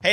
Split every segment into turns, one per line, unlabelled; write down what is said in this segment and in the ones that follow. Hey,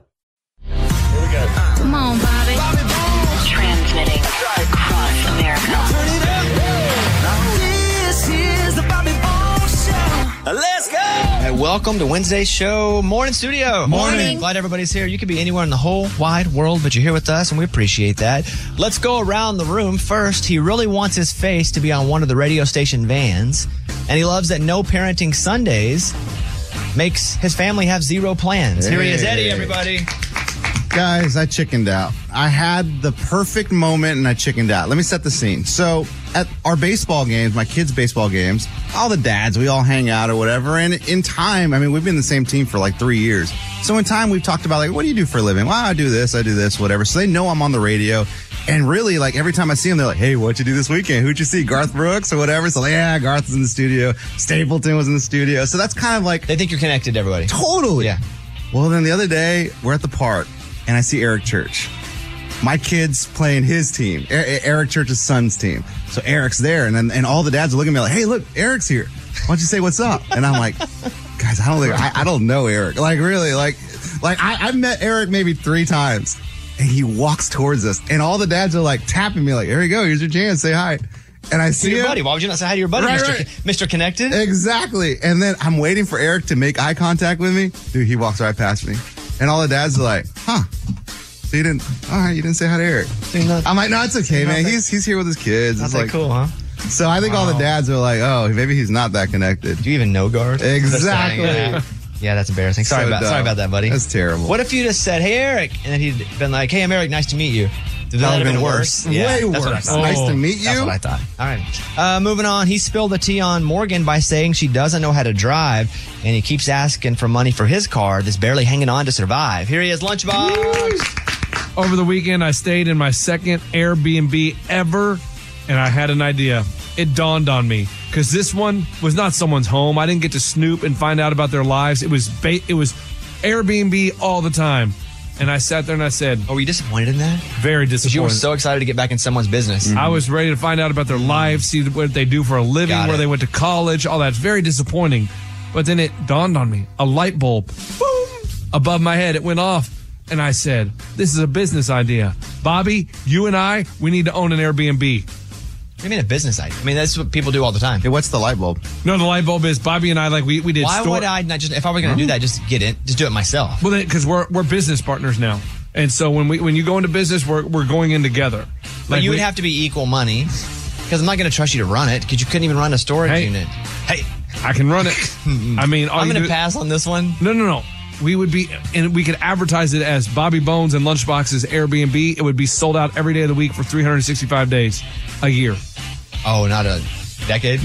Come on, Bobby.
Transmitting across America.
This is the Bobby Bones Show. Let's go.
Hey, welcome to Wednesday's show. Morning, studio.
Morning. Morning.
Glad everybody's here. You could be anywhere in the whole wide world, but you're here with us, and we appreciate that. Let's go around the room first. He really wants his face to be on one of the radio station vans, and he loves that no parenting Sundays makes his family have zero plans. Here he is, Eddie, everybody.
Guys, I chickened out. I had the perfect moment and I chickened out. Let me set the scene. So, at our baseball games, my kids' baseball games, all the dads, we all hang out or whatever. And in time, I mean, we've been the same team for like three years. So, in time, we've talked about, like, what do you do for a living? Well, I do this, I do this, whatever. So, they know I'm on the radio. And really, like, every time I see them, they're like, hey, what'd you do this weekend? Who'd you see? Garth Brooks or whatever? So, like, yeah, Garth was in the studio. Stapleton was in the studio. So, that's kind of like
They think you're connected, everybody.
Totally. Yeah. Well, then the other day, we're at the park and I see Eric Church. My kid's playing his team, E- E- Eric Church's son's team. So Eric's there, and then, and all the dads are looking at me like, "Hey, look, Eric's here. Why don't you say what's up?" And I'm like, "Guys, I don't think I, I don't know Eric. Like, really, like, like I, I've met Eric maybe three times, and he walks towards us, and all the dads are like tapping me, like, "Here you go, here's your chance, say hi." And I
To
see
your
him.
buddy. Why would you not say hi to your buddy,
Right,
Mr.
right.
Mr. Connected?
Exactly. And then I'm waiting for Eric to make eye contact with me. Dude, he walks right past me. And all the dads are like, huh. So you didn't all right, you didn't say hi to Eric. I'm like, no, it's okay, man. He's he's here with his kids.
Not
It's
that
like
cool, huh?
So I think all the dads are like, oh, maybe he's not that connected.
Do you even know Garth?
Exactly.
Yeah. Yeah, that's embarrassing. Sorry
So
about
dumb.
sorry about that, buddy.
That's terrible.
What if you just said, "Hey, Eric," and then he'd been like, "Hey, I'm Eric. Nice to meet you." That would have been worse.
Way
Yeah,
worse.
that's what I thought. Oh,
Nice to meet you.
That's what I thought. All right. Uh, moving on, he spilled the tea on Morgan by saying she doesn't know how to drive, and he keeps asking for money for his car that's barely hanging on to survive. Here he is, Lunchbox.
Over the weekend, I stayed in my second Airbnb ever, and I had an idea. It dawned on me because this one was not someone's home. I didn't get to snoop and find out about their lives. It was ba- it was Airbnb all the time, and I sat there and I said,
Oh, were you disappointed in that?
very
Because you were
disappointed.
so excited to get back in someone's business.
Mm-hmm.
I was ready to find out about their lives, see what they do for a living,
Got
where
it.
they went to college, all that. It's very disappointing. But then it dawned on me a light bulb, boom, above my head. It went off. And I said, This is a business idea. Bobby, you and I, we need to own an Airbnb.
I mean, a business idea. I mean, that's what people do all the time.
Hey, what's the light bulb?
No, the light bulb is Bobby and I, like we, we did
Why
store-
would I not just? If I were going to do that, just get it, just do it myself.
Well, because we're, we're business partners now. And so when we when you go into business, we're, we're going in together.
But you
we-
would have to be equal money because I'm not going to trust you to run it because you couldn't even run a storage
Hey.
unit. Hey,
I can run it. I mean, all
I'm
you
going to
do-
pass on this one.
No, no, no. We would be, and we could advertise it as Bobby Bones and Lunchbox's Airbnb. It would be sold out every day of the week for 365 days a year.
Oh, not a decade.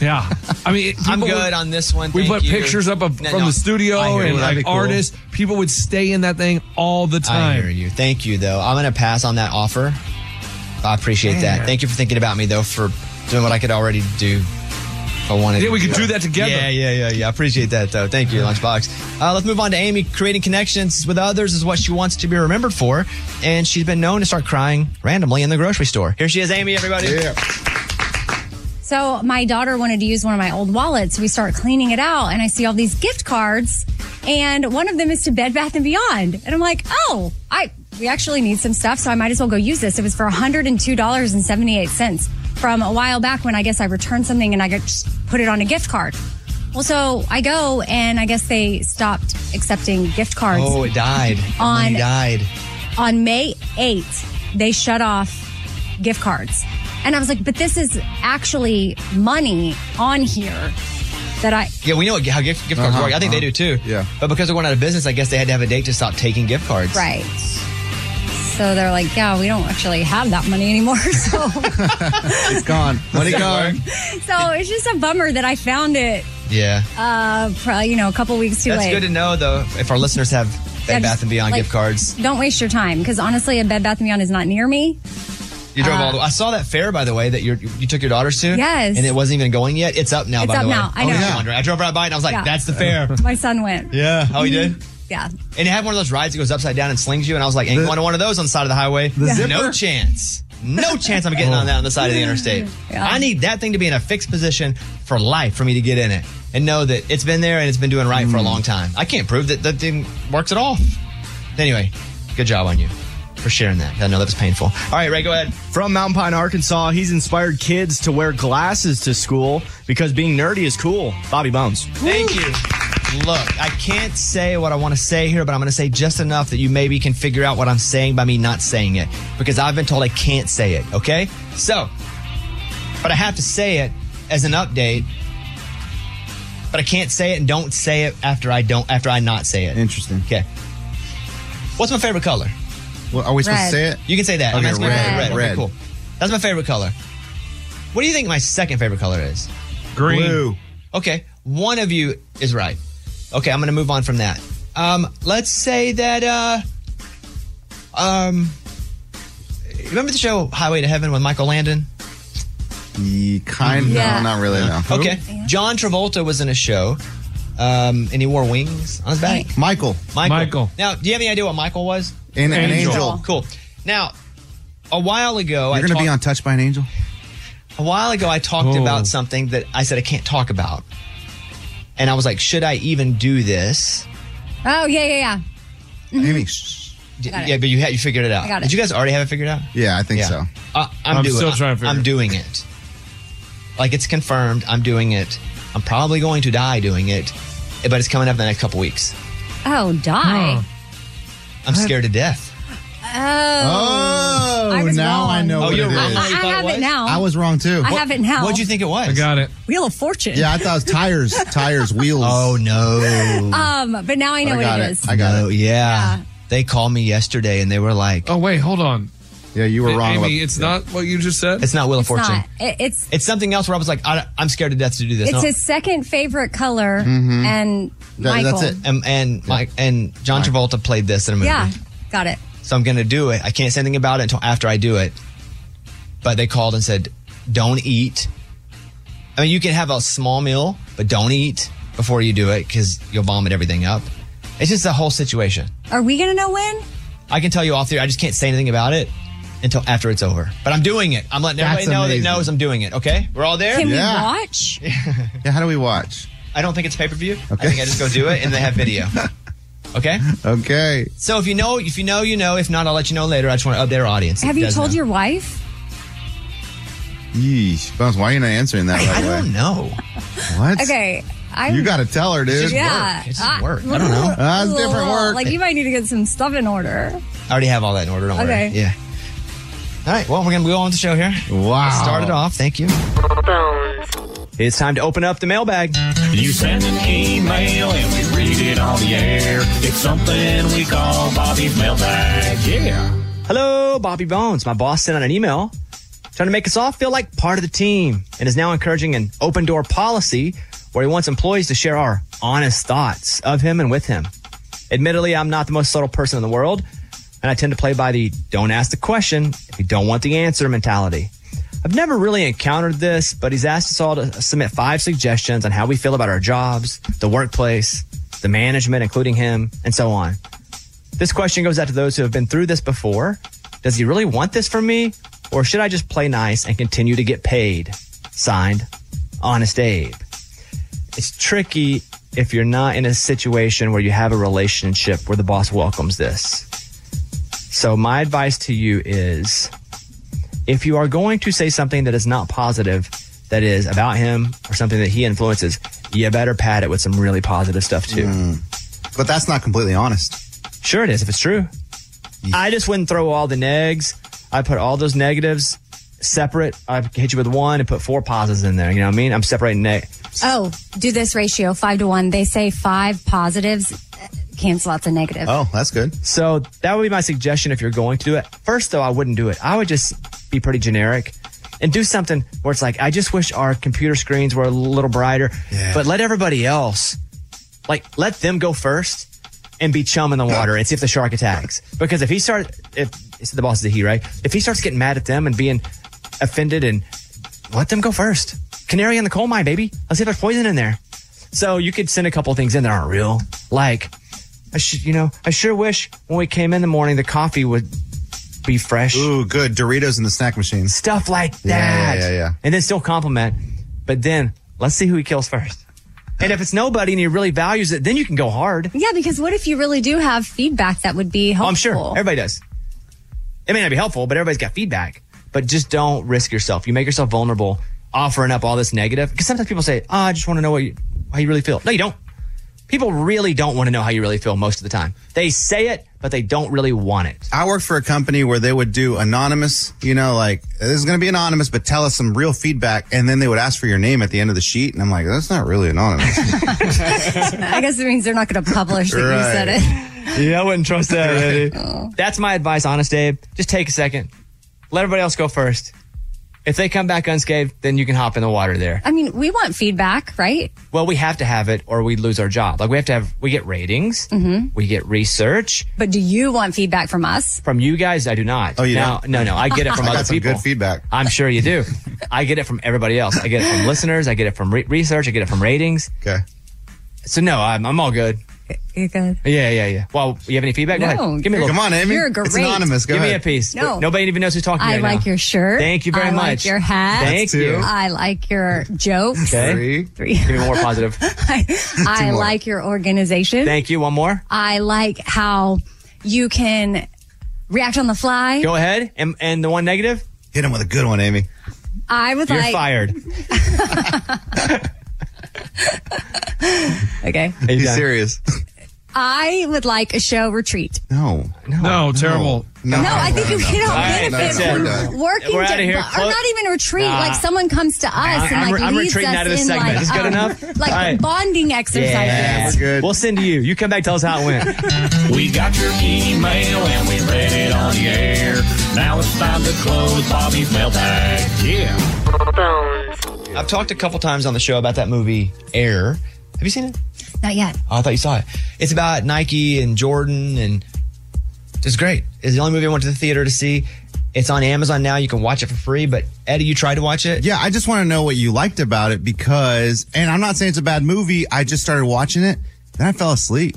Yeah, I mean, it-
I'm
people
good
would-
on this one.
We
thank
put
you.
pictures up of,
No,
from
no,
the studio
I hear
and
you. That'd be
like
cool.
artists. People would stay in that thing all the
I hear
time.
you. Thank you, though. I'm going to pass on that offer. I appreciate that. Thank you for thinking about me, though, for doing what I could already do. if I wanted.
Yeah, we
to
could do that together.
Yeah, yeah, yeah, yeah. I appreciate that, though. Thank you, Lunchbox. Uh, let's move on to Amy. Creating connections with others is what she wants to be remembered for, and she's been known to start crying randomly in the grocery store. Here she is, Amy. Everybody.
So my daughter wanted to use one of my old wallets. We start cleaning it out and I see all these gift cards and one of them is to Bed Bath and Beyond. And I'm like, "Oh, I we actually need some stuff, so I might as well go use this." It was for $102.78 from a while back when I guess I returned something and I got just put it on a gift card. Well, so I go and I guess they stopped accepting gift cards
Oh, it died.
On-
It died.
on May 8th, they shut off gift cards. And I was like, but this is actually money on here that I,
Yeah, we know how gift, gift cards
Uh-huh,
work. I think they do too.
uh-huh. Yeah.
But because they're going out of business, I guess they had to have a date to stop taking gift cards.
right. So they're like, yeah, we don't actually have that money anymore. So,
It's gone. Let it go.
so it's just a bummer that I found it,
Yeah.
uh, probably, you know, a couple weeks too
That's
late.
good to know, though, if our listeners have
Yeah,
Bed Bath
just,
and Beyond
like,
gift cards.
Don't waste your time because honestly, a Bed Bath and Beyond is not near me.
You drove all the I saw that fair, by the way, that you're, you took your daughters to.
Uh-huh. Yes.
And it wasn't even going yet. It's up now,
It's
by the
up
way.
now. I
Oh,
know.
yeah. Andre. I drove right by it and I was like,
Yeah. Mm-hmm.
that's the fair.
My son went.
yeah. Oh, you did?
Yeah.
And it had one of those rides that goes upside down and slings you. And I was like, ain't going to one of those on the side of the highway.
zipper?
No chance. No chance I'm getting on that on the side of the interstate.
Yeah.
I need that thing to be in a fixed position for life for me to get in it and know that it's been there and it's been doing right for a long time. I can't prove that that thing works at all. Anyway, good job on you for sharing that. I know that was painful. All right, Ray, go ahead.
From Mountain Pine, Arkansas, he's inspired kids to wear glasses to school because being nerdy is cool. Bobby Bones.
Thank you. Look, I can't say what I want to say here, but I'm going to say just enough that you maybe can figure out what I'm saying by me not saying it because I've been told I can't say it, okay? So, but I have to say it as an update. But I can't say it and don't say it after I don't after I not say it.
Interesting.
Okay. What's my favorite color?
Well, are we supposed
Red.
to say it?
You can say that. I'm
Okay,
asking you
red,
to say red. Okay,
red.
cool. That's my favorite color. What do you think my second favorite color is?
Green.
Blue.
Okay, one of you is right. Okay, I'm going to move on from that. Um, let's say that. Uh, um, remember the show Highway to Heaven with Michael Landon?
Ye- Kind.
Yeah.
No, not really. No.
Okay, John Travolta was in a show, um, and he wore wings on his back.
Michael.
Michael.
Michael.
Now, do you have any idea what Michael was?
An, an
Angel.
angel.
Cool. Now, a while ago, I
You're going to
talked-
be on Touched by an Angel?
A while ago, I talked
Oh.
about something that I said I can't talk about. And I was like, should I even do this?
Oh, yeah, yeah, yeah. Mm-hmm.
Amy. shh.
D-
Got it.
yeah, but you had you figured it out.
got it.
Did you guys already have it figured out?
Yeah, I think so.
Uh, I'm,
I'm
doing,
still trying to figure
I'm
it out.
doing it. Like it's confirmed. I'm doing it. I'm probably going to die doing it, but it's coming up in the next couple weeks.
Oh, die.
Huh.
I'm scared to death.
Oh. I was
now
wrong.
I know
Oh,
what
you're
it
wrong.
is.
I, I
You thought it
have
was?
it now.
I was wrong too.
I have it now.
What'd you think it was?
I got it.
Wheel of Fortune.
Yeah, I thought it was tires, tires, wheels.
Oh no!
Um, but now I know
I got
what
it.
it is.
I got
no,
it.
Yeah. They called me yesterday and they were like,
Oh wait, hold on.
Yeah, you were wrong.
Amy,
about-
it's not what you just said.
"It's not Wheel of
it's
Fortune.
not. It, it's
It's something else." Where I was like, I, am scared to death to do this."
it's
No.
his second favorite color, and
Mm-hmm. That-
Michael.
that's it.
and and, Mike, and John Travolta played this in a movie.
Yeah, got it.
So I'm going to do it. I can't say anything about it until after I do it. But they called and said, don't eat. I mean, you can have a small meal, but don't eat before you do it because you'll vomit everything up. It's just the whole situation.
Are we gonna know when?
I can tell you off the air, I just can't say anything about it until after it's over. But I'm doing it. I'm letting
That's
everybody know
amazing.
that knows I'm doing it. Okay? We're all there?
Can
Yeah.
we watch?
Yeah, how do we watch?
I don't think it's pay per view. I
Okay.
think I just go do it and they have video. Okay?
Okay.
So if you know, if you know, you know. If not, I'll let you know later. I just want to update our audience.
Have
It
you
does
told
know.
your wife?
Yeesh. Bones, why are you not answering that
I
right away?
don't know.
What?
Okay, I.
You got to tell her, dude.
Yeah,
work. It's just
I-
work. I don't know.
That's different work.
Like you might need to get some stuff in order.
I already have all that in order. Don't
Okay.
worry. Yeah. All right. Well, we're gonna go on with the show here.
Wow.
Start it off. Thank you.
Bones.
It's time to open up the mailbag.
You send an email and we read it on the air. It's something we call Bobby's mailbag. Yeah.
Hello, Bobby Bones. My boss sent out an email trying to make us all feel like part of the team, and is now encouraging an open door policy where he wants employees to share our honest thoughts of him and with him. Admittedly, I'm not the most subtle person in the world, and I tend to play by the don't ask the question if you don't want the answer mentality. I've never really encountered this, but he's asked us all to submit five suggestions on how we feel about our jobs, the workplace, the management, including him, and so on. This question goes out to those who have been through this before. Does he really want this from me? Or should I just play nice and continue to get paid? Signed, Honest Abe. It's tricky if you're not in a situation where you have a relationship where the boss welcomes this. So, my advice to you is if you are going to say something that is not positive, that is about him or something that he influences, you better pad it with some really positive stuff too.
But that's not completely honest.
Sure, it is if it's true. I just wouldn't throw all the negs. I put all those negatives separate. I hit you with one and put four positives in there. You know what I mean? I'm separating neg.
Oh, do this ratio five to one. They say five positives uh, cancel out the negative.
Oh, that's good.
So that would be my suggestion if you're going to do it. First, though, I wouldn't do it. I would just be pretty generic and do something where it's like, I just wish our computer screens were a little brighter, but let everybody else, like, let them go first and be chum in the water and see if the shark attacks. Because if he starts, if it's the boss is a he, right? If he starts getting mad at them and being offended and let them go first. Canary in the coal mine, baby. Let's see if there's poison in there. So you could send a couple things in that aren't real, like I sh- you know I sure wish when we came in the morning the coffee would be fresh,
Ooh, good. Doritos in the snack machine.
stuff like
Yeah, yeah,
that.
yeah, yeah.
And then still compliment, but then let's see who he kills first. And if it's nobody and he really values it, then you can go hard.
Yeah, because what if you really do have feedback that would be
Oh,
helpful?
Oh, I'm sure everybody does. It may not be helpful, but everybody's got feedback. But just don't risk yourself. You make yourself vulnerable offering up all this negative. Because sometimes people say, oh, I just want to know what you, how you really feel. No, you don't. People really don't want to know how you really feel most of the time. They say it, but they don't really want it.
I worked for a company where they would do anonymous, you know, like this is going to be anonymous, but tell us some real feedback. And then they would ask for your name at the end of the sheet. And I'm like, that's not really anonymous.
I guess it means they're not going to publish that you
Right.
said it.
Yeah, I wouldn't trust that, That's my advice, honest Dave. Just take a second. Let everybody else go first. If they come back unscathed, then you can hop in the water there.
I mean, we want feedback, right?
well, we have to have it or we lose our job. Like we have to have, we get ratings, we get research
But do you want feedback from us?
from you guys. I do not.
Oh, you
Now-
don't?
No, no, I get it from
I
other
got some
people.
good feedback.
I'm sure you do. I get it from everybody else. I get it from listeners. I get it from re- research. I get it from ratings.
Okay.
So no, I'm, I'm all good.
You're good.
Yeah, yeah, yeah. Well, you have any feedback? Go
No.
ahead. Give me a little.
Come on, Amy.
You're
It's
great.
anonymous. Go
Give me a
ahead.
piece.
No.
Nobody even knows who's talking
I
right
like
now.
your shirt.
Thank you very
I
much.
Like your hat.
Thank
two.
you.
I like your jokes.
Okay.
Three.
Three.
Give me more positive.
I, I
more.
like your organization.
Thank you. One more.
I like how you can react on the fly.
Go ahead. And, and the one negative?
Hit him with a good one, Amy.
I would
You're
like.
fired.
Okay.
Are you
Be
done?
serious.
I would like a show retreat.
No.
No, terrible.
No.
No, I think you get all
right,
benefit
that's it.
from
We're done.
working
We're outta
to-
here.
but- or
Clo-
not even a retreat.
Nah.
like someone comes to us and
I'm
like
re- I'm
leads
retreating
us
out of this
in
segment.
like,
Is good
um,
enough?
like
All right.
bonding exercises.
Yeah.
We're good.
We'll send to you. You come back, tell us how it went.
We got your email and we read it on the air. Now it's time to close Bobby's mailbag. Yeah.
I've talked a couple times on the show about that movie Air. Have you seen it?
Not yet.
Oh, I thought you saw it. It's about Nike and Jordan, and it's great. It's the only movie I went to the theater to see. It's on Amazon now. You can watch it for free. But Eddie, you tried to watch it.
Yeah, I just want to know what you liked about it because, and I'm not saying it's a bad movie. I just started watching it, then I fell asleep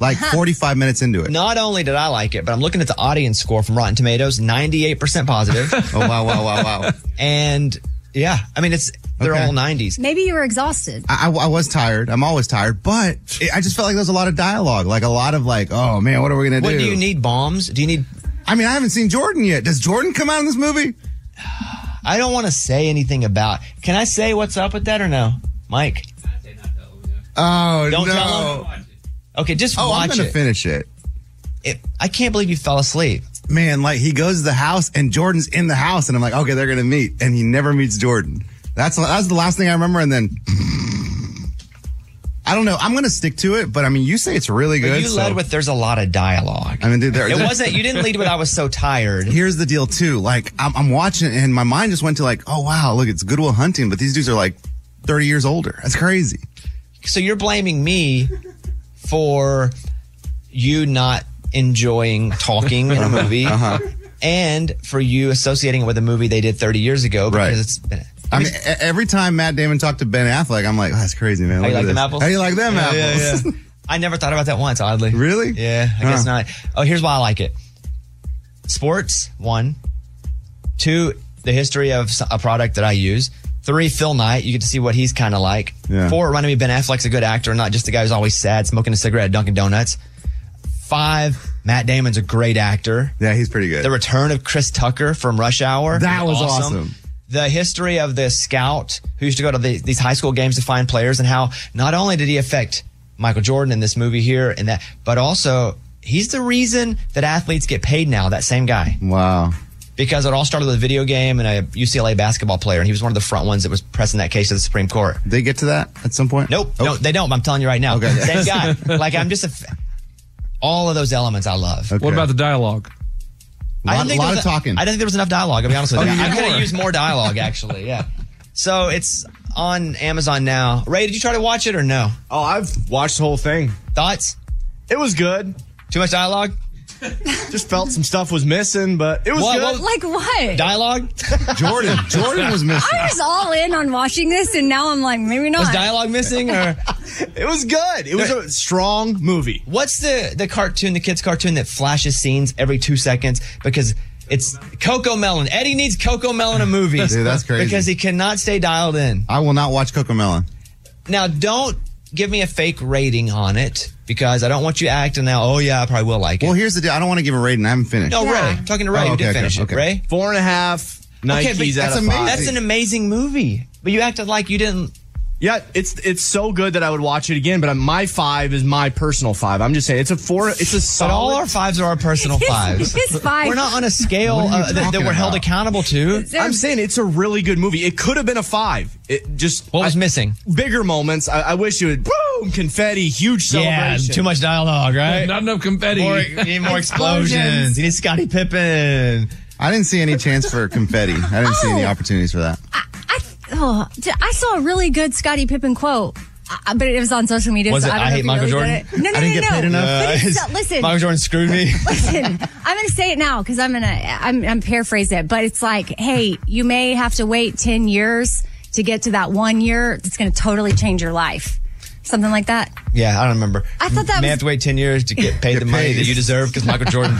like 45 minutes into it.
Not only did I like it, but I'm looking at the audience score from Rotten Tomatoes, 98% positive.
Oh wow, wow, wow, wow!
and yeah, I mean, it's they're
Okay.
all 90s.
Maybe you were exhausted.
I, I- I was tired. I'm always tired, but it, I just felt like there was a lot of dialogue, like a lot of like, oh man, what are we gonna
What
do?
do you need? Bombs? Do you need?
I mean, I haven't seen Jordan yet. Does Jordan come out in this movie?
I don't want to say anything about. Can I say what's up with that or no, Mike?
Oh
Don't
no!
tell him. Okay, just
oh, I'm
watch
gonna
it.
finish it.
it. I can't believe you fell asleep.
Man, like he goes to the house and Jordan's in the house, and I'm like, okay, they're gonna meet, and he never meets Jordan. That's that's the last thing I remember, and then I don't know. I'm gonna stick to it, but I mean, you say it's really
But
good.
you
so-
led with there's a lot of dialogue.
I mean, dude, there,
it wasn't. You didn't lead with I was so tired.
Here's the deal, too. Like I'm, I'm watching, it and my mind just went to like, oh wow, look, it's Goodwill Hunting, but these dudes are like 30 years older. That's crazy.
So you're blaming me for you not enjoying talking in a movie.
and for you associating it with a movie they did 30 years ago because
Right.
it's been.
I mean, e- every time Matt Damon talked to Ben Affleck, I'm like, oh, that's crazy, man.
How
Look
you
at
like them
this.
apples?
How you like them
Yeah, yeah,
apples?
yeah. I never thought about that once, oddly.
Really?
Yeah, I guess
Huh.
not. Oh, here's why I like it. Sports, one. Two, the history of s- a product that I use. Three, Phil Knight. You get to see what he's kind of like.
Yeah.
Four, reminded me Ben Affleck's a good actor, not just the guy who's always sad, smoking a cigarette at Dunkin' Donuts. Five, Matt Damon's a great actor.
Yeah, he's pretty good.
The return of Chris Tucker from Rush Hour.
That was awesome.
The history of the scout who used to go to the, these high school games to find players, and how not only did he affect Michael Jordan in this movie here and that, but also he's the reason that athletes get paid now. That same guy,
wow.
because it all started with a video game and a UCLA basketball player, and he was one of the front ones that was pressing that case to the Supreme Court.
Did they get to that at some point?
Nope,
Oh,
no, they don't. but I'm telling you right now.
Okay.
Same guy. like I'm just a. F- all of those elements I love.
okay.
What about the dialogue?
I
Lot-
didn't think
lot
there
of
was a-
talking.
I didn't think there was enough dialogue. I'll be honest with
Oh,
you.
you
I
need
could have
more.
used more dialogue, actually. Yeah. So it's on Amazon now. Ray, did you try to watch it or no?
Oh, I've watched the whole thing.
Thoughts?
It was good.
Too much dialogue?
Just felt some stuff was missing, but it was
What-
good.
what-
Like what?
Dialogue?
Jordan? Jordan was missing.
I was all in on watching this, and now I'm like, maybe
Was
not.
dialogue missing or
It was good. It was a strong movie.
what's the the cartoon, the kids cartoon that flashes scenes every 2 seconds because it's Coco Melon. Eddie needs Coco Melon in movies.
Dude, that's crazy.
Because he cannot stay dialed in.
I will not watch Cocomelon.
Now, don't give me a fake rating on it because I don't want you acting now, oh, yeah, I probably will like it.
Well, here's the deal. I don't want to give a rating. I haven't finished.
No, Ray. Talking to Ray,
Oh,
you
okay,
did
okay,
finish
okay.
it. Ray.
Four and a half Nikes
but
out
that's
of
amazing.
five.
That's an amazing movie, but you acted like you didn't.
yeah, it's it's so good that I would watch it again. But I'm- my five is my personal five. I'm just saying it's a four. It's a
But
solid.
all our fives are our personal
His-
fives.
his five.
We're not on a scale
What are you
uh, that, that
talking
we're held
about?
accountable to.
There's-
I'm saying it's a really good movie. It could have been a five. It just
What was
I-
missing?
Bigger moments. I, I wish it would boom confetti, huge celebration.
much dialogue, right?
Not enough confetti.
more, you need more explosions. You need Scottie Pippen.
I didn't see any chance for confetti. I didn't see any
Oh.
opportunities for that.
I, oh, d- I saw a really good Scottie Pippen quote, I- but it was on social media.
Was
so
it,
I, don't
"I
know
hate
if you
Michael
really
Jordan"?
did it. No, no,
I didn't
no,
get
no.
paid enough?
But it's,
Uh,
listen,
Michael Jordan screwed me.
listen. I'm going to say it now because I'm going to I'm, I'm paraphrase it, but it's like, hey, you may have to wait ten years to get to that one year that's going to totally change your life, something like that.
yeah, I don't remember.
I thought that
May
was-
have to wait ten years to get paid the money
paid.
that you deserve because Michael Jordan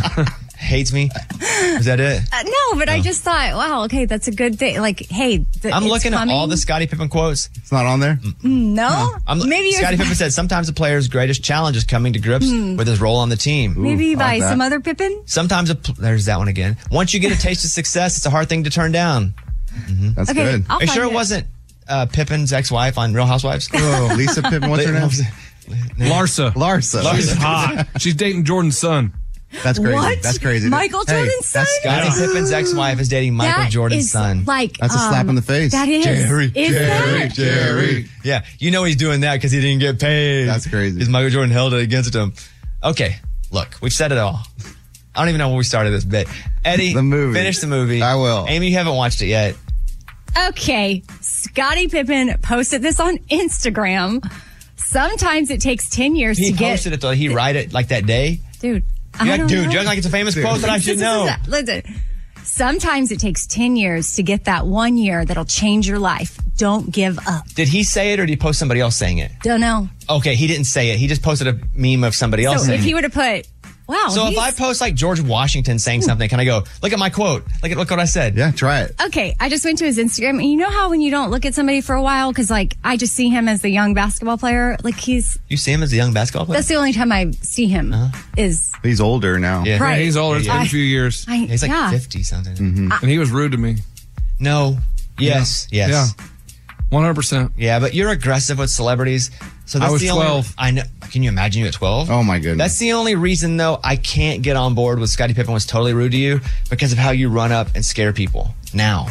hates me. Is that it?
Uh, no, but I just thought, wow, okay, that's a good thing. Like, hey, the,
I'm
it's
looking
coming.
at all the Scottie Pippen quotes.
It's not on there.
No,
I'm,
maybe you're-
Scottie Pippen said sometimes a player's greatest challenge is coming to grips
Hmm.
with his role on the team.
maybe
Ooh, I
by
like that.
some other Pippen.
Sometimes a pl- there's that one again. Once you get a taste of success, it's a hard thing to turn down.
That's
Okay,
good.
I'll
Are you sure
find
it wasn't uh, Pippen's ex-wife on Real Housewives?
Oh, Lisa Pippen, what's her name?
Larsa.
Larsa.
She's hot. She's dating Jordan's son.
That's crazy.
What?
That's crazy.
Michael
Hey,
Jordan's
that's
son?
Scottie Pippen's ex-wife is dating Michael
That
Jordan's
is
son.
Like um,
That's a slap in the face.
That is.
Jerry,
Is that?
Jerry.
yeah, you know he's doing that because he didn't get paid.
That's crazy.
Because Michael Jordan held it against him. Okay, look, we've said it all. I don't even know when we started this bit. Eddie,
The movie.
finish the movie.
I will.
Amy, you haven't watched it yet.
Okay, Scottie Pippen posted this on Instagram. Sometimes it takes ten years
He
to get.
posted it though. He write it like that day.
dude, I
You're like,
don't
dude,
know.
you're like it's a famous quote that I should know.
Listen, sometimes it takes ten years to get that one year that'll change your life. Don't give up.
Did he say it or did he post somebody else saying it?
Don't know.
Okay, he didn't say it. He just posted a meme of somebody else.
So
saying
if
it.
he would have put, wow.
so if
he's-
I post like George Washington saying
Hmm.
something, can I go look at my quote? Look at look what I said.
Yeah, try it.
okay, I just went to his Instagram, and you know how when you don't look at somebody for a while, because like I just see him as the young basketball player. Like he's
You see him as a young basketball player.
that's the only time I see him
Uh-huh.
is
He's older now.
Yeah.
Yeah,
right.
he's older. It's been a few years.
I,
He's like
yeah.
fifty something.
And he was rude to me.
No. Yes. Yes.
Yeah. 100%.
Yeah. but you're aggressive with celebrities. So that's
I was
the only,
12.
I know. Can you imagine you at twelve?
Oh my goodness.
That's the only reason though I can't get on board with Scottie Pippen was totally rude to you because of how you run up and scare people now.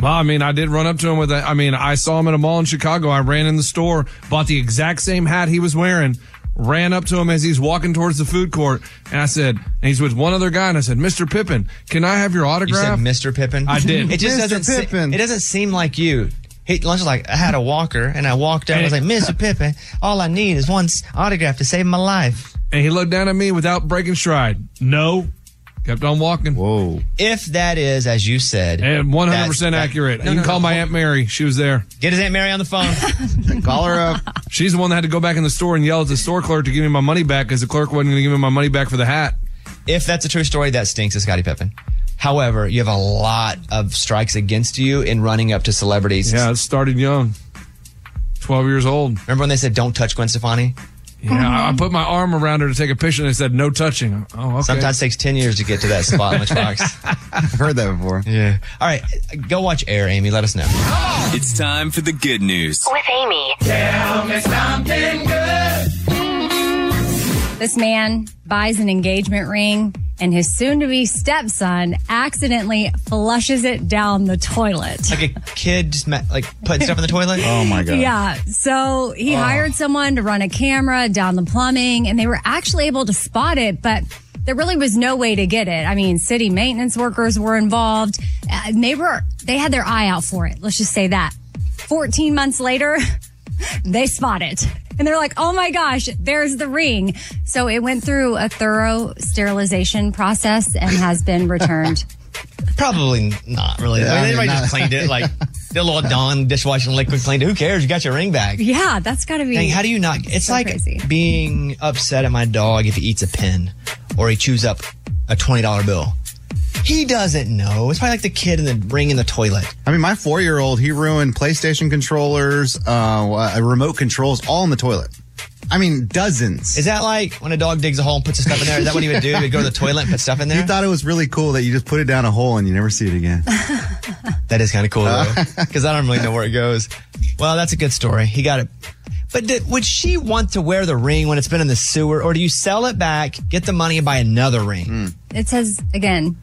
Well, I mean, I did run up to him with that. I mean, I saw him at a mall in Chicago. I ran in the store, bought the exact same hat he was wearing, ran up to him as he's walking towards the food court, and I said, and he's with one other guy, and I said, Mr. Pippin, can I have your
You said
autograph?
Mr. Pippin.
I did.
It just
Mr.
doesn't. se-
Pippin.
it doesn't seem like you. He, lunch was like I had a walker and I walked out. I was like, Mr. Pippin, all I need is one s- autograph to save my life.
and he looked down at me without breaking stride. No. Kept on walking.
Whoa.
If that is, as you said,
and 100%
that's-
accurate.
No,
you can
no,
call
no.
my Aunt Mary. She was there.
Get his Aunt Mary on the phone.
Call her up.
She's the one that had to go back in the store and yell at the store clerk to give me my money back because the clerk wasn't going to give me my money back for the hat.
if that's a true story, that stinks, is Scottie Pippen. However, you have a lot of strikes against you in running up to celebrities.
Yeah, it started young. 12 years old.
Remember when they said, don't touch Gwen Stefani?
Yeah, I I put my arm around her to take a picture and they said, no touching. Oh, okay.
Sometimes it takes 10 years to get to that spot in Lunchbox.
I've heard that before.
yeah. All right, go watch Air, Amy. Let us know.
It's time for the good news.
With Amy.
This man buys an engagement ring and his soon to be stepson accidentally flushes it down the toilet.
Like a kid just ma- like putting stuff in the toilet.
Oh my god.
Yeah. So he
Oh.
hired someone to run a camera down the plumbing and they were actually able to spot it, but there really was no way to get it. I mean, city maintenance workers were involved. uh, and They were, they had their eye out for it. Let's just say that. 14 months later, they spot it. And they're like, oh my gosh, there's the ring. So it went through a thorough sterilization process and has been returned.
Probably not really.
Yeah,
I mean,
I mean,
everybody
not-
just cleaned it. Like, did a little Dawn dishwashing liquid cleaned it. Who cares? You got your ring back.
yeah, that's got to be.
Dang, how do you not? It's
so
like
crazy.
being upset at my dog if he eats a pen or he chews up a $20 bill. He doesn't know. It's probably like the kid in the ring in the toilet.
I mean, my four year old, he ruined PlayStation controllers, uh, uh, remote controls, all in the toilet. I mean, dozens.
Is that like when a dog digs a hole and puts his stuff in there? Is that what he would do? He'd go to the toilet and put stuff in there?
you thought it was really cool that you just put it down a hole and you never see it again.
that is kind of cool, though,
Uh.
because I don't really know where it goes. Well, that's a good story. He got it. But did, would she want to wear the ring when it's been in the sewer, or do you sell it back, get the money, and buy another ring?
Hmm.
It says, again,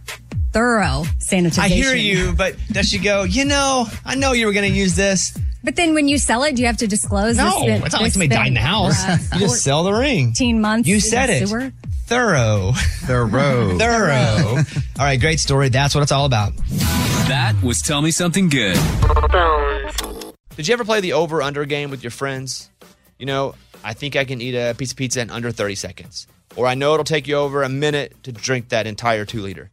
thorough sanitization.
I hear you, but does she go, you know, I know you were going to use this.
But then when you sell it, do you have to disclose?
No,
this,
it's not like somebody died in the house. you just sell the ring.
Fourteen months.
You
in
said
the
it.
sewer?
Thorough.
Thorough.
Thorough. all right, great story. That's what it's all about.
That was Tell Me Something Good.
Did you ever play the over under game with your friends? You know, I think I can eat a piece of pizza in under 30 seconds. Or I know it'll take you over a minute to drink that entire two liter.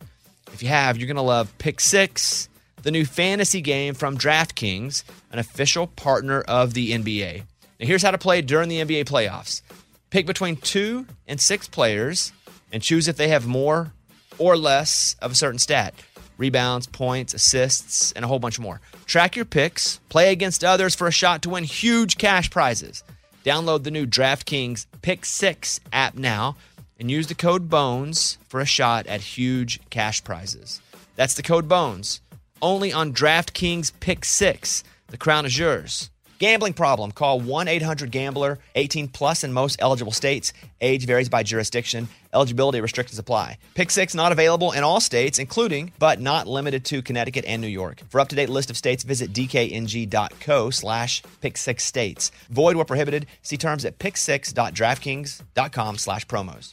If you have, you're going to love Pick Six, the new fantasy game from DraftKings, an official partner of the NBA. Now, here's how to play during the NBA playoffs pick between two and six players and choose if they have more or less of a certain stat rebounds, points, assists, and a whole bunch more. Track your picks, play against others for a shot to win huge cash prizes. Download the new DraftKings Pick Six app now and use the code BONES for a shot at huge cash prizes. That's the code BONES. Only on DraftKings Pick Six. The crown is yours. Gambling problem? Call 1 800 Gambler, 18 plus in most eligible states. Age varies by jurisdiction. Eligibility restrictions apply. Pick six not available in all states, including but not limited to Connecticut and New York. For up to date list of states, visit dkng.co slash pick six states. Void where prohibited. See terms at picksix.draftkings.com slash promos.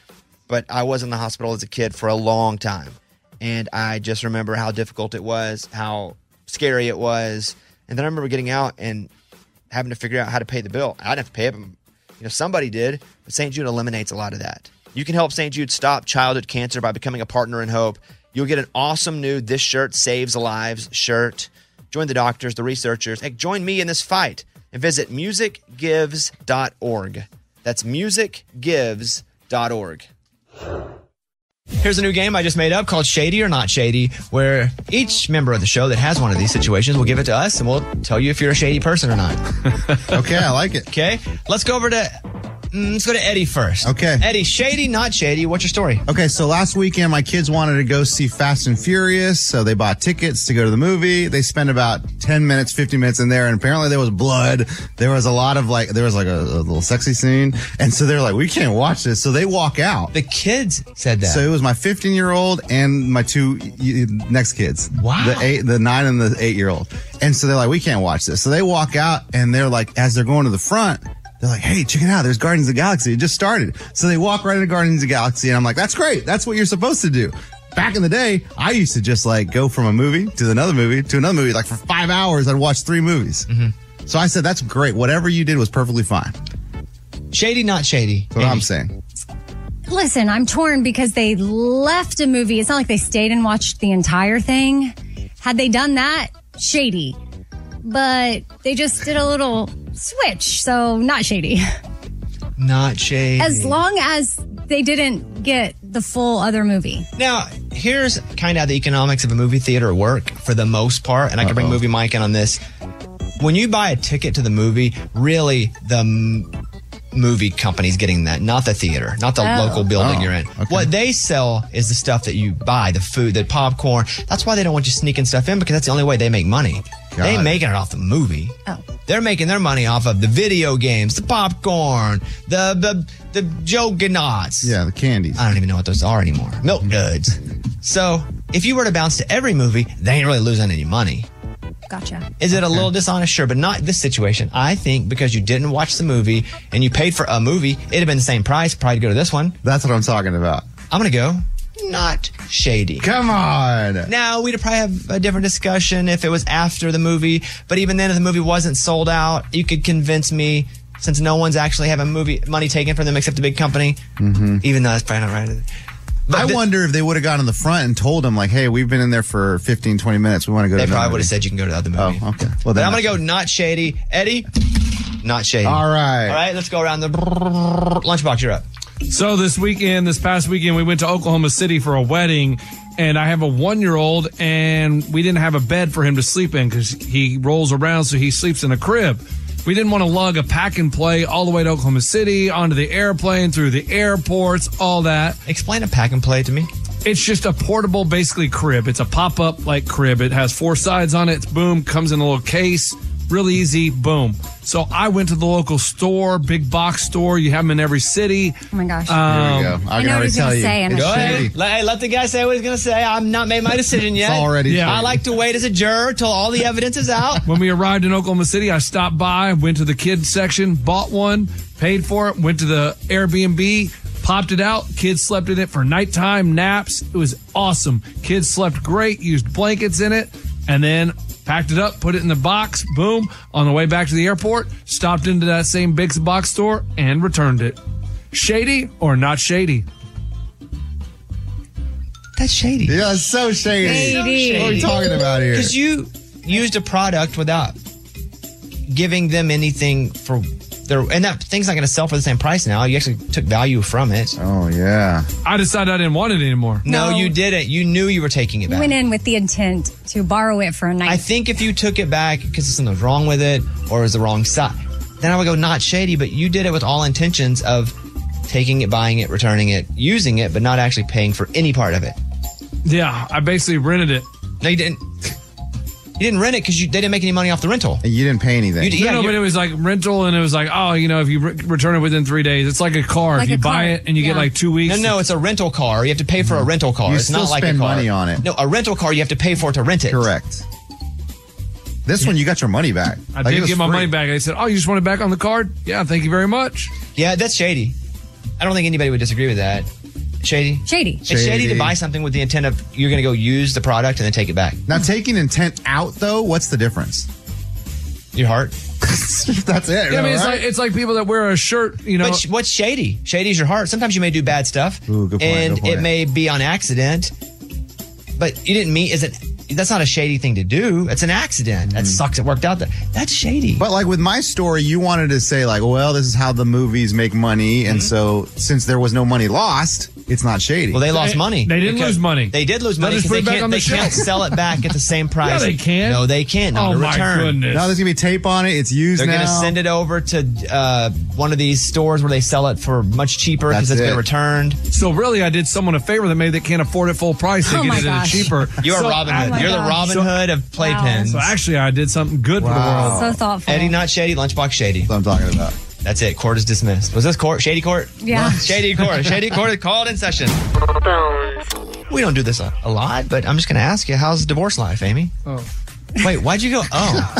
but I was in the hospital as a kid for a long time. And I just remember how difficult it was, how scary it was. And then I remember getting out and having to figure out how to pay the bill. I didn't have to pay it, but you know, somebody did. But St. Jude eliminates a lot of that. You can help St. Jude stop childhood cancer by becoming a partner in hope. You'll get an awesome new This Shirt Saves Lives shirt. Join the doctors, the researchers. Hey, join me in this fight and visit musicgives.org. That's musicgives.org. Here's a new game I just made up called Shady or Not Shady, where each member of the show that has one of these situations will give it to us and we'll tell you if you're a shady person or not.
okay, I like it.
Okay, let's go over to mm, let's go to Eddie first.
Okay.
Eddie, shady, not shady. What's your story?
Okay, so last weekend my kids wanted to go see Fast and Furious, so they bought tickets to go to the movie. They spent about 10 minutes, 50 minutes in there, and apparently there was blood. There was a lot of like, there was like a, a little sexy scene. And so they're like, we can't watch this. So they walk out.
The kids said that.
So it was my 15 year old and my two y- y- next kids.
Wow.
The eight, the nine and the eight year old. And so they're like, we can't watch this. So they walk out and they're like, as they're going to the front, they're like, hey, check it out. There's Guardians of the Galaxy. It just started. So they walk right into Guardians of the Galaxy. And I'm like, that's great. That's what you're supposed to do. Back in the day, I used to just like go from a movie to another movie to another movie. Like for five hours, I'd watch three movies. So I said, that's great. Whatever you did was perfectly fine.
Shady, not shady.
That's what I'm saying.
Listen, I'm torn because they left a movie. It's not like they stayed and watched the entire thing. Had they done that, shady. But they just did a little switch, so not shady.
Not shady.
As long as they didn't get the full other movie.
Now, here's kind of how the economics of a movie theater work for the most part, and I can bring Movie Mike in on this. When you buy a ticket to the movie, really the m- movie company's getting that, not the theater, not the
Oh.
local building
Oh,
you're in. What they sell is the stuff that you buy, the food, the popcorn. That's why they don't want you sneaking stuff in because that's the only way they make money. They ain't making it off the movie. Oh. They're making their money off of the video games, the popcorn, the the the juggernauts.
Yeah, the candies.
I don't even know what those are anymore. Milk duds. So if you were to bounce to every movie, they ain't really losing any money.
Gotcha.
Is it a little dishonest? Sure, but not this situation. I think because you didn't watch the movie and you paid for a movie, it'd have been the same price. Probably to go to this one.
That's what I'm talking about.
I'm gonna go. Not shady.
Come on.
Now we'd probably have a different discussion if it was after the movie. But even then, if the movie wasn't sold out, you could convince me. Since no one's actually having movie money taken from them except the big company, even though that's probably not right.
I wonder if they would have gone to the front and told them, like, hey, we've been in there for 15, 20 minutes. We want to go
They
to another
probably would've
movie.
said you can go to the other movie.
Oh, okay. Well,
But
then
I'm gonna go not shady. Eddie, not shady.
All right.
All right, let's go around the lunchbox. You're up.
So this weekend, this past weekend, we went to Oklahoma City for a wedding, and I have a one-year-old, and we didn't have a bed for him to sleep in because he rolls around, so he sleeps in a crib. We didn't want to lug a pack and play all the way to Oklahoma City, onto the airplane, through the airports, all that.
Explain a pack and play to me.
It's just a portable, basically crib. It's a pop-up like crib. It has four sides on it. Boom, comes in a little case. Real easy. Boom. So I went to the local store, big box store. You have them in every city.
Oh my gosh.
Uh,
Um,
I know what he's going to say. And I
Go
should-
ahead. Let, hey, let the guy say what he's going to say. I've not made my decision yet.
already
Yeah.
shady.
I like to wait as a juror till all the evidence is out.
when we arrived in Oklahoma City, I stopped by, went to the kids section, bought one, paid for it, went to the Airbnb, popped it out. Kids slept in it for nighttime naps. It was awesome. Kids slept great, used blankets in it, and then packed it up, put it in the box, boom, on the way back to the airport, stopped into that same big box store and returned it. Shady or not shady?
That's shady.
Yeah, that's so shady.
Shady.
What are we talking about here?
Because you used a product without giving them anything for their, and that thing's not going to sell for the same price now. You actually took value from it.
Oh yeah.
I decided I didn't want it anymore.
No, you didn't. You knew you were taking it
You
back.
went in with the intent to borrow it for a night.
I think if you took it back because something was wrong with it or it was the wrong side, then I would go not shady. But you did it with all intentions of taking it, buying it, returning it, using it, but not actually paying for any part of it.
Yeah, I basically rented it.
No, you didn't. You didn't rent it because they didn't make any money off the rental.
And you didn't pay anything.
You d- yeah,
no, no,
you're-
but it was like rental, and it was like, oh, you know, if you re- return it within three days, it's like a car.
Like
if you
a
buy
car,
it and you
yeah.
get like two
No,
weeks,
no, it's a rental car. You have to pay for a rental car.
Mm-hmm. You
it's
still
not like
spend
a car.
money on it.
No, a rental car you have to pay for to rent it.
Correct. This one you got your money back.
I
Like, it
did
was
get my
free.
money back. They said, oh, you just want it back on the card? Yeah, thank you very much.
Yeah, that's shady. I don't think anybody would disagree with that. Shady.
Shady.
It's shady to buy something with the intent of you're going to go use the product and then take it back.
Now taking intent out though, what's the difference?
Your heart.
That's it.
Yeah, I mean, it's
right?
like it's like people that wear a shirt, you know.
But sh- what's shady? Shady's your heart. Sometimes you may do bad stuff,
Ooh, good point,
and
good point.
it may be on accident. But you didn't mean is it? That's not a shady thing to do. It's an accident.
Mm.
That sucks. It worked out. That that's shady.
But like with my story, you wanted to say like, well, this is how the movies make money, and so since there was no money lost, it's not shady.
Mm-hmm. Well, they lost money.
They didn't
Because-
lose money.
They did lose money
Let us
because
put
they
it back
can't,
on the
they can't
shelf.
sell it back at the same price.
they can.
No, they can't. Not
Oh,
a
my
return.
goodness.
Now there's gonna be tape on it. It's used
They're
now.
going to send it over to uh, one of these stores where they sell it for much cheaper because
That's
it's
it.
been returned.
So really, I did someone a favor that maybe they can't afford it full price. They
Oh my
get it at a
gosh.
cheaper.
You are Robin Hood. Oh my You're the gosh. Robin Hood of playpens.
So actually, I did something good for the world.
thoughtful.
Oh, Eddie not shady, lunchbox shady.
That's what I'm talking about.
That's it. Court is dismissed. Was this court? Shady court?
Yeah.
Shady court. Shady court called in session. We don't do this a, a lot, but I'm just going to ask you, how's the divorce life, Amy?
Oh.
Wait, why'd you go? Oh,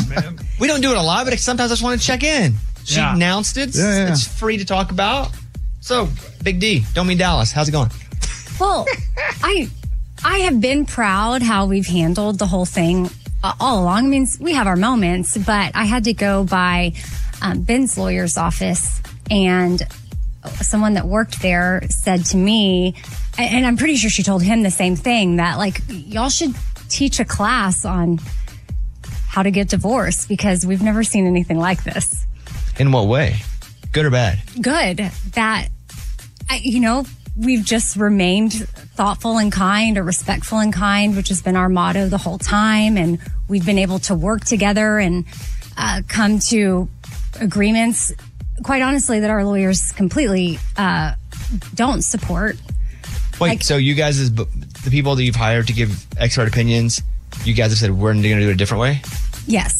we don't do it a lot, but sometimes I just want to check in. She
Yeah.
announced it.
Yeah, yeah, yeah.
It's free to talk about. So, Big D, don't mean Dallas. How's it going?
Well, I I have been proud how we've handled the whole thing uh, all along. I mean, we have our moments, but I had to go by um, Ben's lawyer's office, and someone that worked there said to me, and, and I'm pretty sure she told him the same thing that like y'all should teach a class on how to get divorced because we've never seen anything like this
In what way? Good or bad?
good that I- you know we've just remained thoughtful and kind or respectful and kind which has been our motto the whole time and we've been able to work together and uh, come to agreements quite honestly that our lawyers completely uh, don't support
Wait, so you guys, is the people that you've hired to give expert opinions, you guys have said we're going to do it a different way?
yes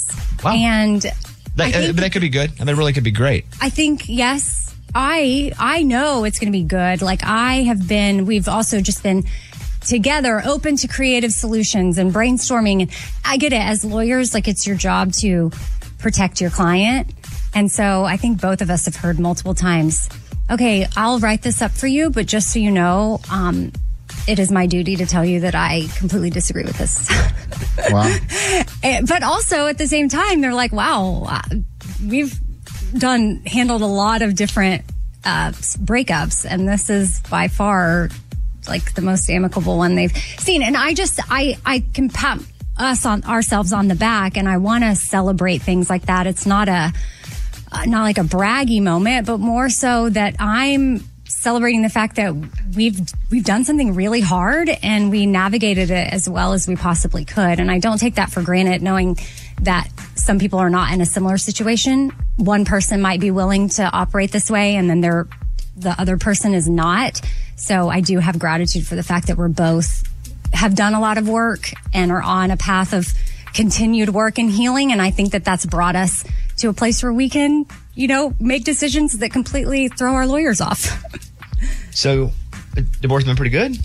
and I
That,
think-
uh, but that could be good. I mean, it really could be great.
I think yes. I I know it's going to be good. Like I have been. We've also just been together, open to creative solutions and brainstorming. And I get it as lawyers. Like it's your job to protect your client. And so I think both of us have heard multiple times. Okay, I'll write this up for you, but just so you know, um, it is my duty to tell you that I completely disagree with this.
Wow.
Eh, but also at the same time, they're like, wow, uh, we've done handled a lot of different uh, s- breakups, and this is by far like the most amicable one they've seen. And I just, I, I can pat us on ourselves on the back, and I want to celebrate things like that. It's not a uh, not like a braggy moment, but more so that I'm celebrating the fact that we've we've done something really hard and we navigated it as well as we possibly could. And I don't take that for granted, knowing that some people are not in a similar situation. One person might be willing to operate this way, and then they're the other person is not. So I do have gratitude for the fact that we're both have done a lot of work and are on a path of continued work and healing. And I think that that's brought us to a place where we can, you know, make decisions that completely throw our lawyers off.
So, uh, divorce been pretty good.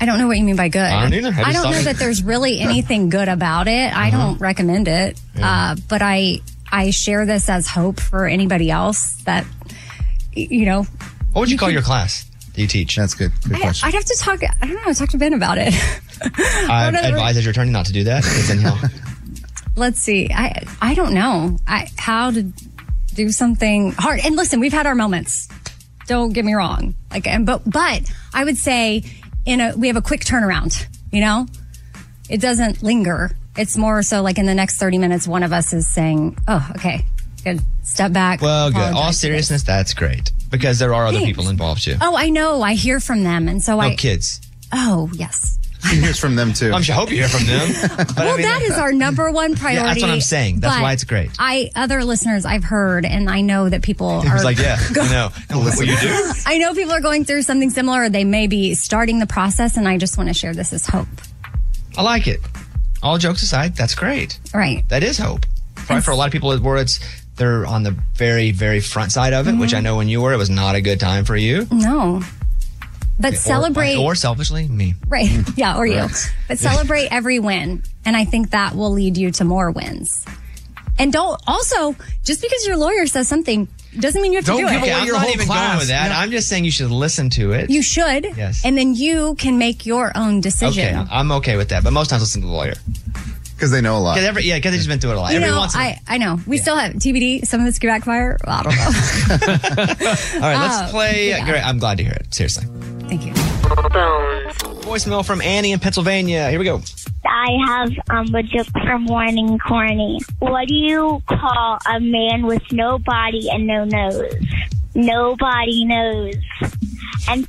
I don't know what you mean by good.
I don't either. I just
don't
thought- Uh-huh.
know that there's really anything good about it. I don't recommend it. Uh, but I, I share this as hope for anybody else that, y- you know,
What would you call your class that you teach?
That's good. Good
I, I'd have to talk. I don't know. Talk to Ben about it.
I
don't know.
advise as your attorney not to do that because then he'll
let's see. I I don't know. I how to do something hard. And listen, we've had our moments. Don't get me wrong. Like and but but I would say in a we have a quick turnaround, you know? It doesn't linger. It's more so like in the next 30 minutes one of us is saying, "Oh, okay. Good. Step back."
Well, good. All
apologize.
seriousness, that's great because there are other
Thanks.
people involved too.
Oh, I know. I hear from them. And so
no
I
kids.
Oh, yes.
She hears from them too.
I'm sure hope you hear from them. But
well, that is our number one priority.
Yeah, that's what I'm saying. That's
but
why it's great.
I other listeners I've heard, and I know that people
He
are
was like, yeah,
go-
I know. And what will you do?
I know people are going through something similar. Or they may be starting the process, and I just want to share this as hope.
I like it. All jokes aside, that's great.
Right.
That is hope. Probably for a lot of people, where it's they're on the very, very front side of it, which
Mm-hmm.
I know when you were, it was not a good time for you.
No,
Or-
but Mm-hmm. celebrate.
or selfishly me.
right. Yeah, or you.
Right.
But celebrate every win, and I think that will lead you to more wins. And don't also just because your lawyer says something doesn't mean you have to do it.
Okay, I'm not even going with that. I'm just saying you should listen to it.
You should.
Yes.
And then you can make your own decision.
Okay, I'm okay with that, but most times listen to the lawyer
because they know a lot.
Yeah, every, yeah, because they've just been through it a lot.
You
every
know,
once in a-
I, I know. We still have TBD. Some of this could backfire. Well, I don't know.
All right, let's
Oh,
play.
yeah.
Great, I'm glad to hear it. Seriously.
Thank you.
Voicemail from Annie in Pennsylvania. Here we go.
I have um, a joke from Morning Corny. What do you call a man with no body and no nose? Nobody knows. And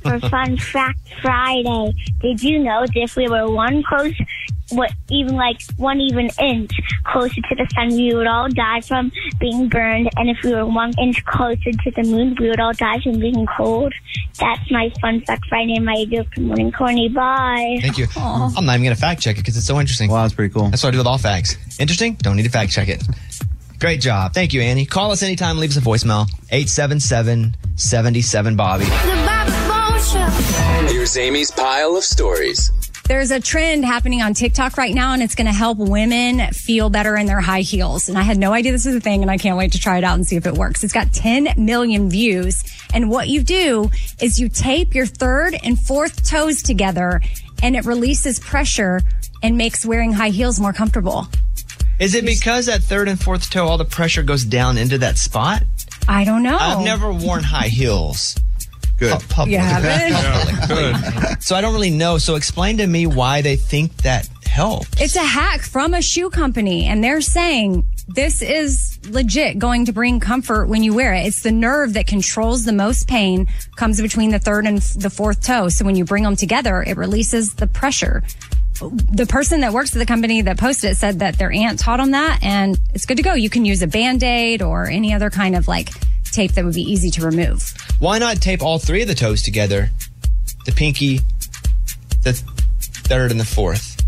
for Fun Fact Friday, did you know that if we were one close, what even like one even inch closer to the sun, we would all die from being burned. And if we were one inch closer to the moon, we would all die from being cold. That's my Fun Fact Friday and my idea for morning corny. Bye.
Thank you. I'm not even going to fact check it because it's so interesting. Wow,
that's pretty cool.
That's what I do with all facts. Interesting? Don't need to fact check it. Great job. Thank you, Annie. Call us anytime. Leave us a voicemail. 877 77 Bobby.
Here's Amy's pile of stories.
There's a trend happening on TikTok right now, and it's going to help women feel better in their high heels. And I had no idea this was a thing, and I can't wait to try it out and see if it works. It's got 10 million views. And what you do is you tape your third and fourth toes together, and it releases pressure and makes wearing high heels more comfortable.
Is it because that third and fourth toe, all the pressure goes down into that spot?
I don't know.
I've never worn high heels.
Good.
Public.
You haven't?
So I don't really know. So explain to me why they think that helps.
It's a hack from a shoe company, and they're saying this is legit going to bring comfort when you wear it. It's the nerve that controls the most pain, comes between the third and f- the fourth toe. So when you bring them together, it releases the pressure. The person that works at the company that posted it said that their aunt taught them that, and it's good to go. You can use a band aid or any other kind of like tape that would be easy to remove.
Why not tape all three of the toes together? The pinky, the third, and the fourth.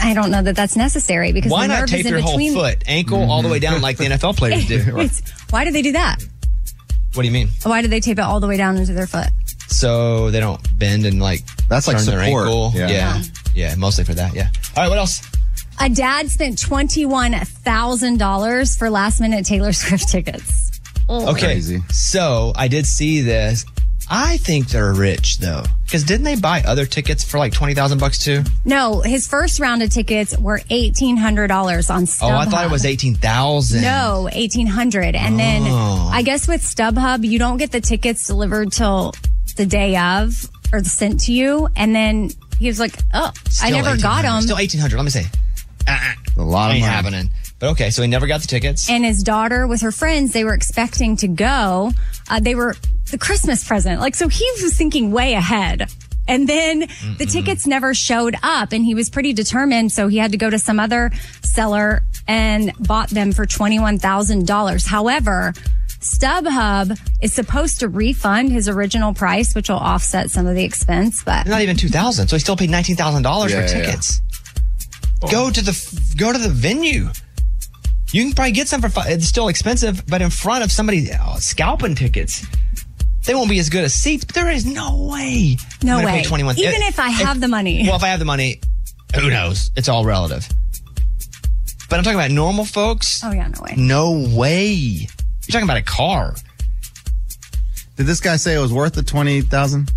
I don't know that that's necessary because
Why
the
not
nerve
tape
is in
your whole
between.
foot, ankle, all the way down like the NFL players do?
It's- Why do they do that?
What do you mean?
Why do they tape it all the way down into their foot?
So they don't bend and like
that's
turn
like
their
support.
ankle.
Yeah.
yeah, yeah, mostly for that. Yeah. All right, what else?
A dad spent twenty-one thousand dollars for last-minute Taylor Swift tickets.
Okay. So I did see this. I think they're rich though, because didn't they buy other tickets for like twenty thousand bucks too?
No, his first round of tickets were eighteen hundred dollars on StubHub.
Oh, I thought it was eighteen thousand.
No, eighteen hundred, and then
Oh.
I guess with StubHub you don't get the tickets delivered till the day of or sent to you, and then he was like, "Oh, I never got them."
Still eighteen hundred. Let me say,
a lot
ain't
money.
happening. But okay, so he never got the tickets.
and his daughter with her friends they were expecting to go uh, they were the christmas present like so he was thinking way ahead and then the tickets never showed up and he was pretty determined so he had to go to some other seller and bought them for $21000 however StubHub is supposed to refund his original price, which will offset some of the expense. But
Not even two thousand. So he still paid nineteen thousand dollars
Yeah,
for
yeah, Oh. yeah.
tickets. Go to the f- go to the venue. You can probably get some for fi- it's still expensive, but in front of somebody oh, scalping tickets, they won't be as good as seats. But there is no way.
No
I'm gonna
way.
pay 21
Even if I have the money.
Well, if I have the money, who knows? It's all relative. But I'm talking about normal folks.
Oh yeah, no way.
No way. You're talking about a car.
Did this guy say it was worth the twenty thousand?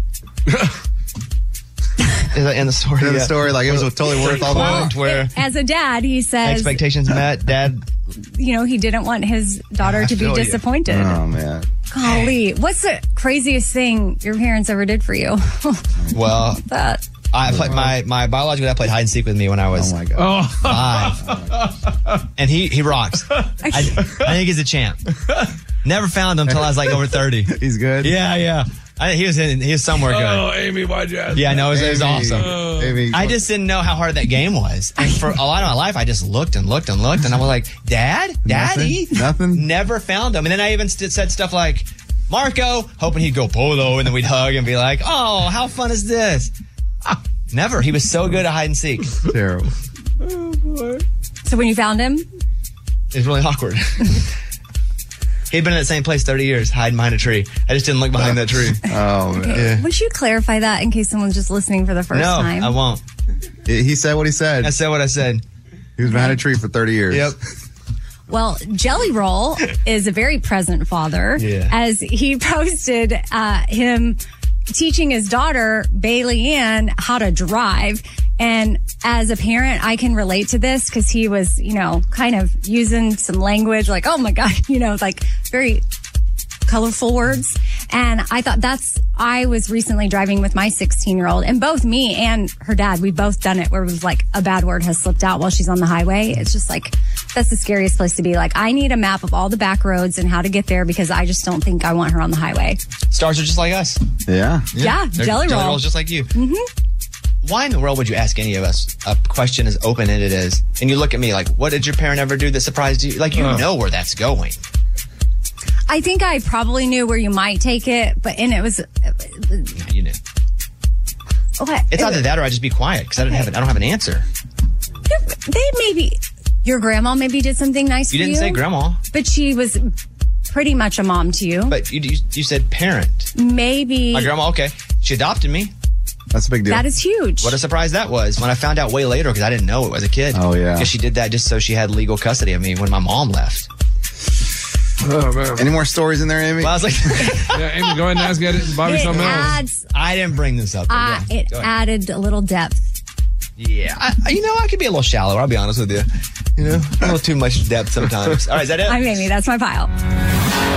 Is that in the story?
In the
Yeah.
story, like it was totally worth all the money.
Where
as a dad, he says,
expectations met, dad.
you know, he didn't want his daughter to be
feel you.
disappointed.
Oh man.
Golly, what's the craziest thing your parents ever did for you?
Well,
that.
I played my my biological dad played hide and seek with me when I
Oh,
was five, and he he rocks. I, I think he's a champ. Never found him until I was like over thirty.
He's good.
Yeah, yeah. I, he was in he was somewhere good.
Oh, Amy, why'd you ask
yeah,
that?
no, it was, it was
Amy,
awesome.
Amy,
I just didn't know how hard that game was, and for a lot of my life, I just looked and looked and looked, and I was like, "Dad, Daddy,
Nothing. Nothing?
Never found him, and then I even st- said stuff like, "Marco," hoping he'd go polo, and then we'd hug and be like, "Oh, how fun is this?" Ah, Never. He was so good at hide and seek.
terrible.
So when you found him,
It's really awkward. He'd been in that same place 30 years, hiding behind a tree. I just didn't look behind that tree.
Oh man.
would you clarify that in case someone's just listening for the first
no,
time?
I won't.
He said what he said.
I said what I said.
He was behind a tree for thirty years.
Yep.
Well, Jelly Roll is a very present father,
Yeah.
as he posted uh, him teaching his daughter Bailey Ann how to drive. And as a parent, I can relate to this because he was, you know, kind of using some language like, "Oh my god," you know, like very colorful words. And I thought that's, I was recently driving with my 16 year old and both me and her dad, we both done it where it was like a bad word has slipped out while she's on the highway. It's just like, That's the scariest place to be. Like, I need a map of all the back roads and how to get there because I just don't think I want her on the highway.
Stars are just like us.
Yeah.
Yeah,
They're
Jelly Roll.
Rolls just like you.
hmm
Why in the world would you ask any of us a question as open ended as, and you look at me like, what did your parent ever do that surprised you? Like, you
Oh.
know where that's going.
I think I probably knew where you might take it, but and it was
Yeah, you knew.
what
It's either that or I just be quiet because I didn't have an, I don't have an answer.
they maybe your grandma maybe did something nice.
You
for
didn't say grandma.
but she was pretty much a mom to you.
But you, you, you said parent.
Maybe
My grandma, okay. She adopted me.
That's a big
that is huge.
What a surprise that was when I found out way later because I didn't know it as a kid. Oh, yeah. Because she did that just so she had legal custody of me when my mom left.
Oh,
Any more stories in there, Amy?
I was like, yeah, Amy, go ahead and ask it.
Bobby, It something else. adds-
I didn't bring this up. but
Ah,
yeah.
it
Go ahead.
added a little depth.
yeah. I, I- you know, I could be a little shallow. I'll be honest with you. You know, a little too much depth sometimes. All right, is that it?
I'm Amy. That's my pile.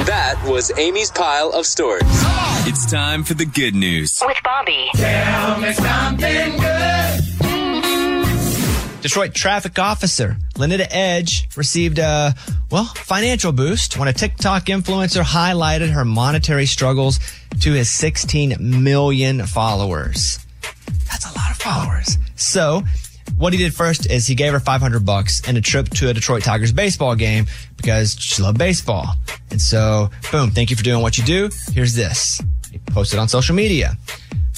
That was Amy's pile of stories.
It's time for the good news.
With Bobby.
Tell me
something good.
Detroit traffic officer Lenita Edge received a well financial boost when a TikTok influencer highlighted her monetary struggles to his 16 million followers. That's a lot of followers. So, what he did first is he gave her 500 bucks and a trip to a Detroit Tigers baseball game because she loved baseball. And so, boom, thank you for doing what you do. Here's this. He posted on social media.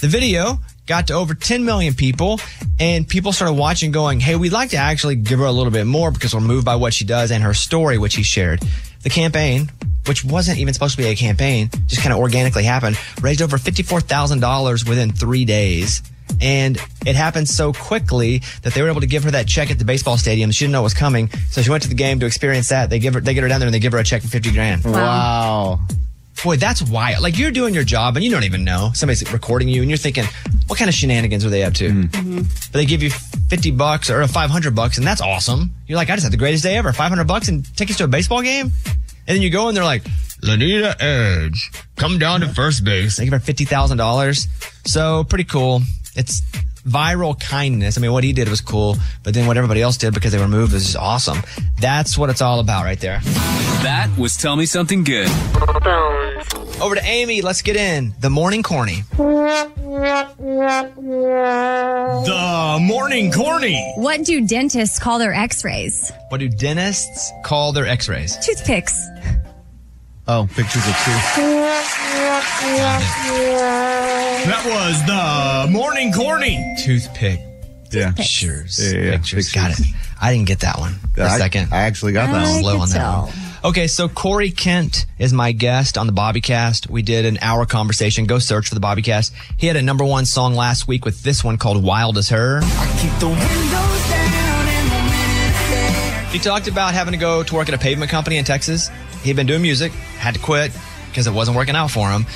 The video got to over 10 million people and people started watching going, Hey, we'd like to actually give her a little bit more because we're moved by what she does and her story, which he shared. The campaign, which wasn't even supposed to be a campaign, just kind of organically happened, raised over $54,000 within three days. And it happened so quickly that they were able to give her that check at the baseball stadium. She didn't know it was coming. So she went to the game to experience that. They give her, they get her down there and they give her a check for 50 grand.
Wow.
Boy, that's wild. Like you're doing your job and you don't even know. Somebody's recording you and you're thinking, what kind of shenanigans were they up to? But they give you 50 bucks or 500 bucks and that's awesome. You're like, I just had the greatest day ever. 500 bucks and tickets to a baseball game. And then you go and they're like, Lanita Edge, come down to first base. They give her $50,000. So pretty cool. It's viral kindness. I mean, what he did was cool, but then what everybody else did because they were moved was just awesome. That's what it's all about right there.
That was Tell Me Something Good.
Over to Amy. Let's get in. The morning corny.
The morning corny.
What do dentists call their X-rays?
What do dentists call their x rays?
Toothpicks.
Oh, pictures of two.
That was the morning corny.
Toothpick.
Yeah.
Pictures.
Yeah, yeah,
Pictures. Got it. I didn't get that one. The
I-
second.
I actually got that I one.
Slow
could
on that
tell.
one. Okay, so Corey Kent is my guest on the Bobbycast. We did an hour conversation. Go search for the Bobbycast. He had a number one song last week with this one called Wild as Her. He talked about having to go to work at a pavement company in Texas. He'd been doing music, had to quit because it wasn't working out for him.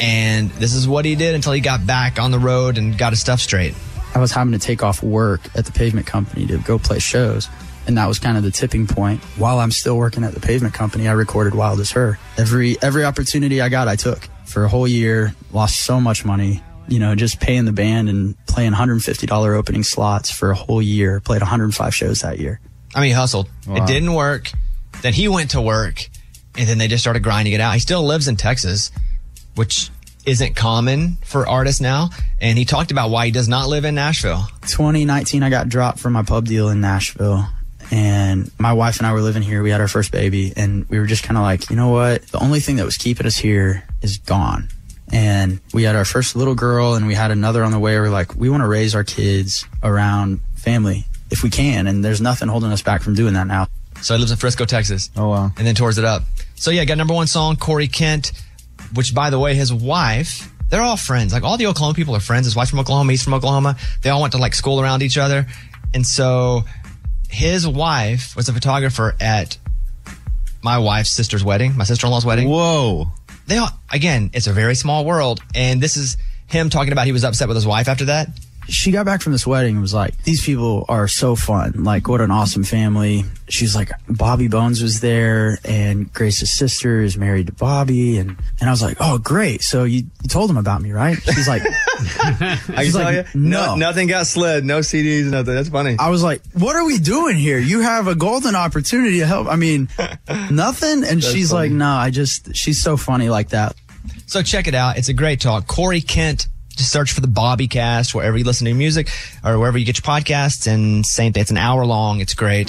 And this is what he did until he got back on the road and got his stuff straight.
I was having to take off work at the pavement company to go play shows. And that was kind of the tipping point. While I'm still working at the pavement company, I recorded Wild as Her. Every every opportunity I got, I took for a whole year. Lost so much money, you know, just paying the band and playing $150 opening slots for a whole year. Played 105 shows that year.
I mean, he hustled. It didn't work. Then he went to work, and then they just started grinding it out. He still lives in Texas, which isn't common for artists now. And he talked about why he does not live in Nashville.
2019, I got dropped from my pub deal in Nashville. And my wife and I were living here. We had our first baby. And we were just kind of like, you know what? The only thing that was keeping us here is gone. And we had our first little girl and we had another on the way. We're like, we want to raise our kids around family if we can. And there's nothing holding us back from doing that now.
So he lives in Frisco, Texas.
Oh, wow.
And then tours it up. So yeah, got number one song, Corey Kent, which by the way, his wife, they're all friends. Like all the Oklahoma people are friends. His wife's from Oklahoma, he's from Oklahoma. They all went to like school around each other. And so his wife was a photographer at my wife's sister's wedding, my sister-in-law's wedding.
Whoa.
They all, again, it's a very small world. And this is him talking about he was upset with his wife after that.
she got back from this wedding and was like, these people are so fun. Like, what an awesome family. She's like, Bobby Bones was there and Grace's sister is married to Bobby. And, and I was like, oh, great. So you, you told them about me, right? She's like,
I can
She's
tell
like,
you,
no.
Oh, nothing got slid, no CDs, nothing. That's funny.
I was like, what are we doing here? You have a golden opportunity to help. I mean, nothing. And
That's
she's like,
funny.
no, I just, she's so funny like that.
So check it out. It's a great talk. Corey Kent. Just search for the Bobby Cast wherever you listen to your music or wherever you get your podcasts. And same thing. It's an hour long. It's great.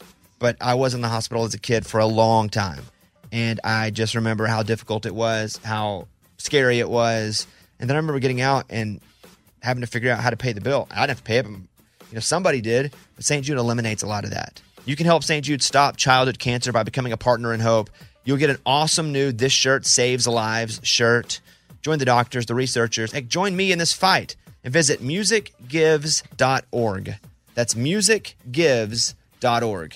but I was in the hospital as a kid for a long time. And I just remember how difficult it was, how scary it was. And then I remember getting out and having to figure out how to pay the bill. I didn't have to pay it, but you know, somebody did. But St. Jude eliminates a lot of that. You can help St. Jude stop childhood cancer by becoming a partner in hope. You'll get an awesome new This Shirt Saves Lives shirt. Join the doctors, the researchers. Hey, join me in this fight and visit musicgives.org. That's musicgives.org.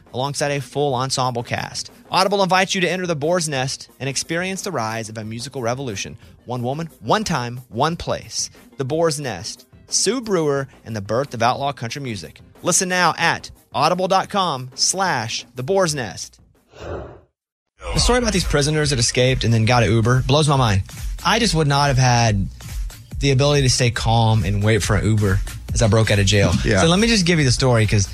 alongside a full ensemble cast. Audible invites you to enter the boar's nest and experience the rise of a musical revolution. One woman, one time, one place. The boar's nest, Sue Brewer, and the birth of outlaw country music. Listen now at audible.com slash the boar's nest.
The story about these prisoners that escaped and then got an Uber blows my mind. I just would not have had the ability to stay calm and wait for an Uber as I broke out of jail.
Yeah.
So let me just give you the story because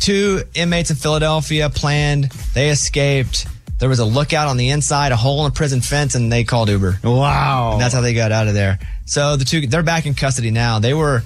two inmates in Philadelphia planned, they escaped. There was a lookout on the inside, a hole in a prison fence, and they called Uber. Wow. And that's how they got out of there. So the two, they're back in custody now. They were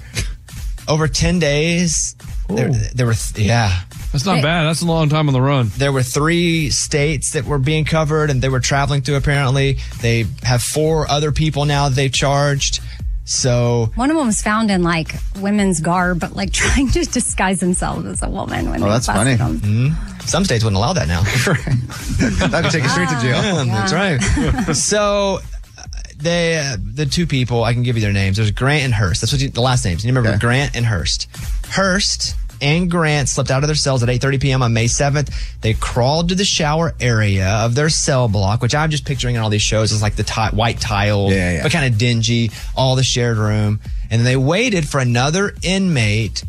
over 10 days. There, there were, th- yeah.
That's not bad. That's a long time on the run.
There were three states that were being covered and they were traveling through apparently. They have four other people now that they've charged. So
One of them was found in like women's garb, but like trying to disguise themselves as a woman.
Oh,
When they busted Them.
Mm.
Mhm. Some states wouldn't allow that now. that
could take you straight to jail.
Ah.
Yeah, That's right. so uh, they, uh, the two people, I can give you their names. There's Grant and Hurst. That's what you, the last names. You remember Grant and Hurst. Hurst and Grant slipped out of their cells at 8:30 p.m. on May 7th. They crawled to the shower area of their cell block, which I'm just picturing in all these shows is like the ti- white tile, but kind of dingy, all the shared room. And they waited for another inmate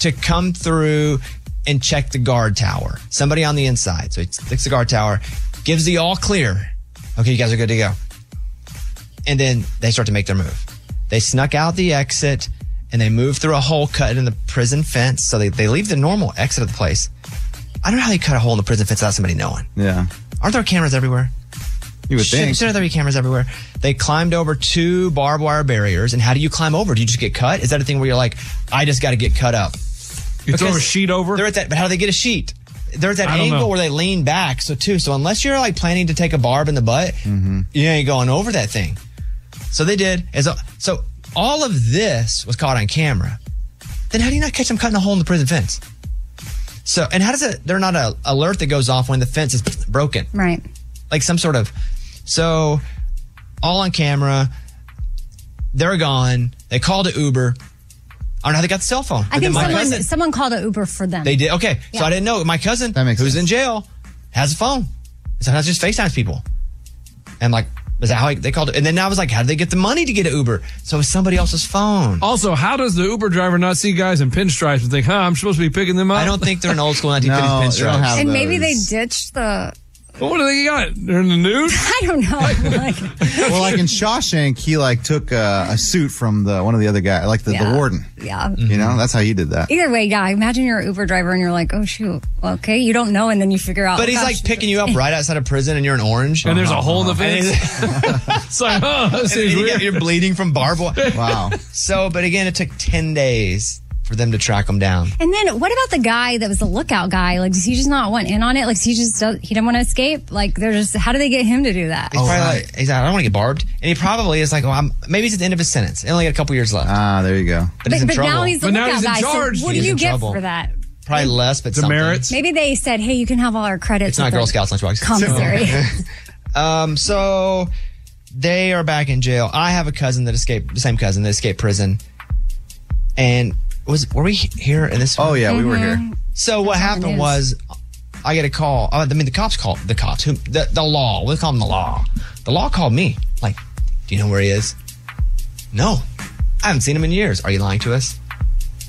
to come through and check the guard tower. Somebody on the inside. So he clicks the guard tower, gives the all clear. Okay, you guys are good to go. And then they start to make their move. They snuck out the exit and they move through a hole cut in the prison fence. So they, they leave the normal exit of the place. I don't know how they cut a hole in the prison fence without somebody knowing.
Yeah.
Aren't there cameras everywhere?
You would
Should-
think.
Shouldn't there be cameras everywhere? They climbed over two barbed wire barriers. And how do you climb over? Do you just get cut? Is that a thing where you're like, I just got to get cut up?
You throw a sheet over?
They're at that, but how do they get a sheet?
there's that
I don't
angle
know.
where they lean back. So too. So unless you're like planning to take a barb in the butt,
Mm-hmm.
you ain't going over that thing. So they did. As a- so all of this was caught on camera. Then how do you not catch them cutting a hole in the prison fence? So and how does it? They're not a alert that goes off when the fence is broken,
right?
Like some sort of. So all on camera. They're gone. They called it Uber. I don't know how they got the cell phone.
I
But then
think
my
someone
cousin-
someone called an Uber for them.
they did. Okay. So
Yeah.
I didn't know. My cousin, who's in jail, has a phone. Sometimes just FaceTimes people. And like, is that how they called it? And then I was like, how did they get the money to get an Uber? So it was somebody else's phone.
Oh.
Also, how does the Uber driver not see guys in pinstripes and think, huh, I'm supposed to be picking them up? I don't
think they're an old school
1950s pinstripes.
and maybe they ditched the.
What do they got? They're in the nude?
I don't know. Like,
well, like in Shawshank, he like took uh, a suit from the one of the other guy, like the,
Yeah.
the warden.
Yeah.
You know, that's how you did that.
Either way, yeah. Imagine you're an Uber driver and you're like, oh shoot, okay, you don't know, and then you figure out. "Oh,
But he's
gosh,
like picking you up right outside of prison and you're an orange.
And there's a hole in the
And
fence. it's like, oh, that
And
seems
you
weird.
get- You're bleeding from barbed wire.
Wow.
so, but again, it took 10 days for them to track him down.
And then what about the guy that was the lookout guy? Like, does he just not want in on it? Like, he just does, he didn't want to escape. Like, they're just how do they get him to do that?
He's probably like, he's like, I don't want to get barbed. And he probably is like, well, I'm, maybe he's at the end of his sentence. He only got a couple years left.
Ah, there you go.
But, he's in
but
trouble.
now he's the lookout guy. So what do
He's
you
in
get
trouble.
for that?
Probably less, but something.
Demerits.
Maybe they said, hey, you can have all our credits.
It's not
at
Girl
the
Scouts lunchbox.
Commissary.
um, so they are back in jail. I have a cousin that escaped, the same cousin that escaped prison. And was were we here in this? Oh
yeah, we were here.
Mm-hmm.
Mhm.
So what happened was, I get a call. uh, I mean, the cops called the cops. Who the, the law? We'll call them the law. The law called me. Like, do you know where he is? No, I haven't seen him in years. Are you lying to us?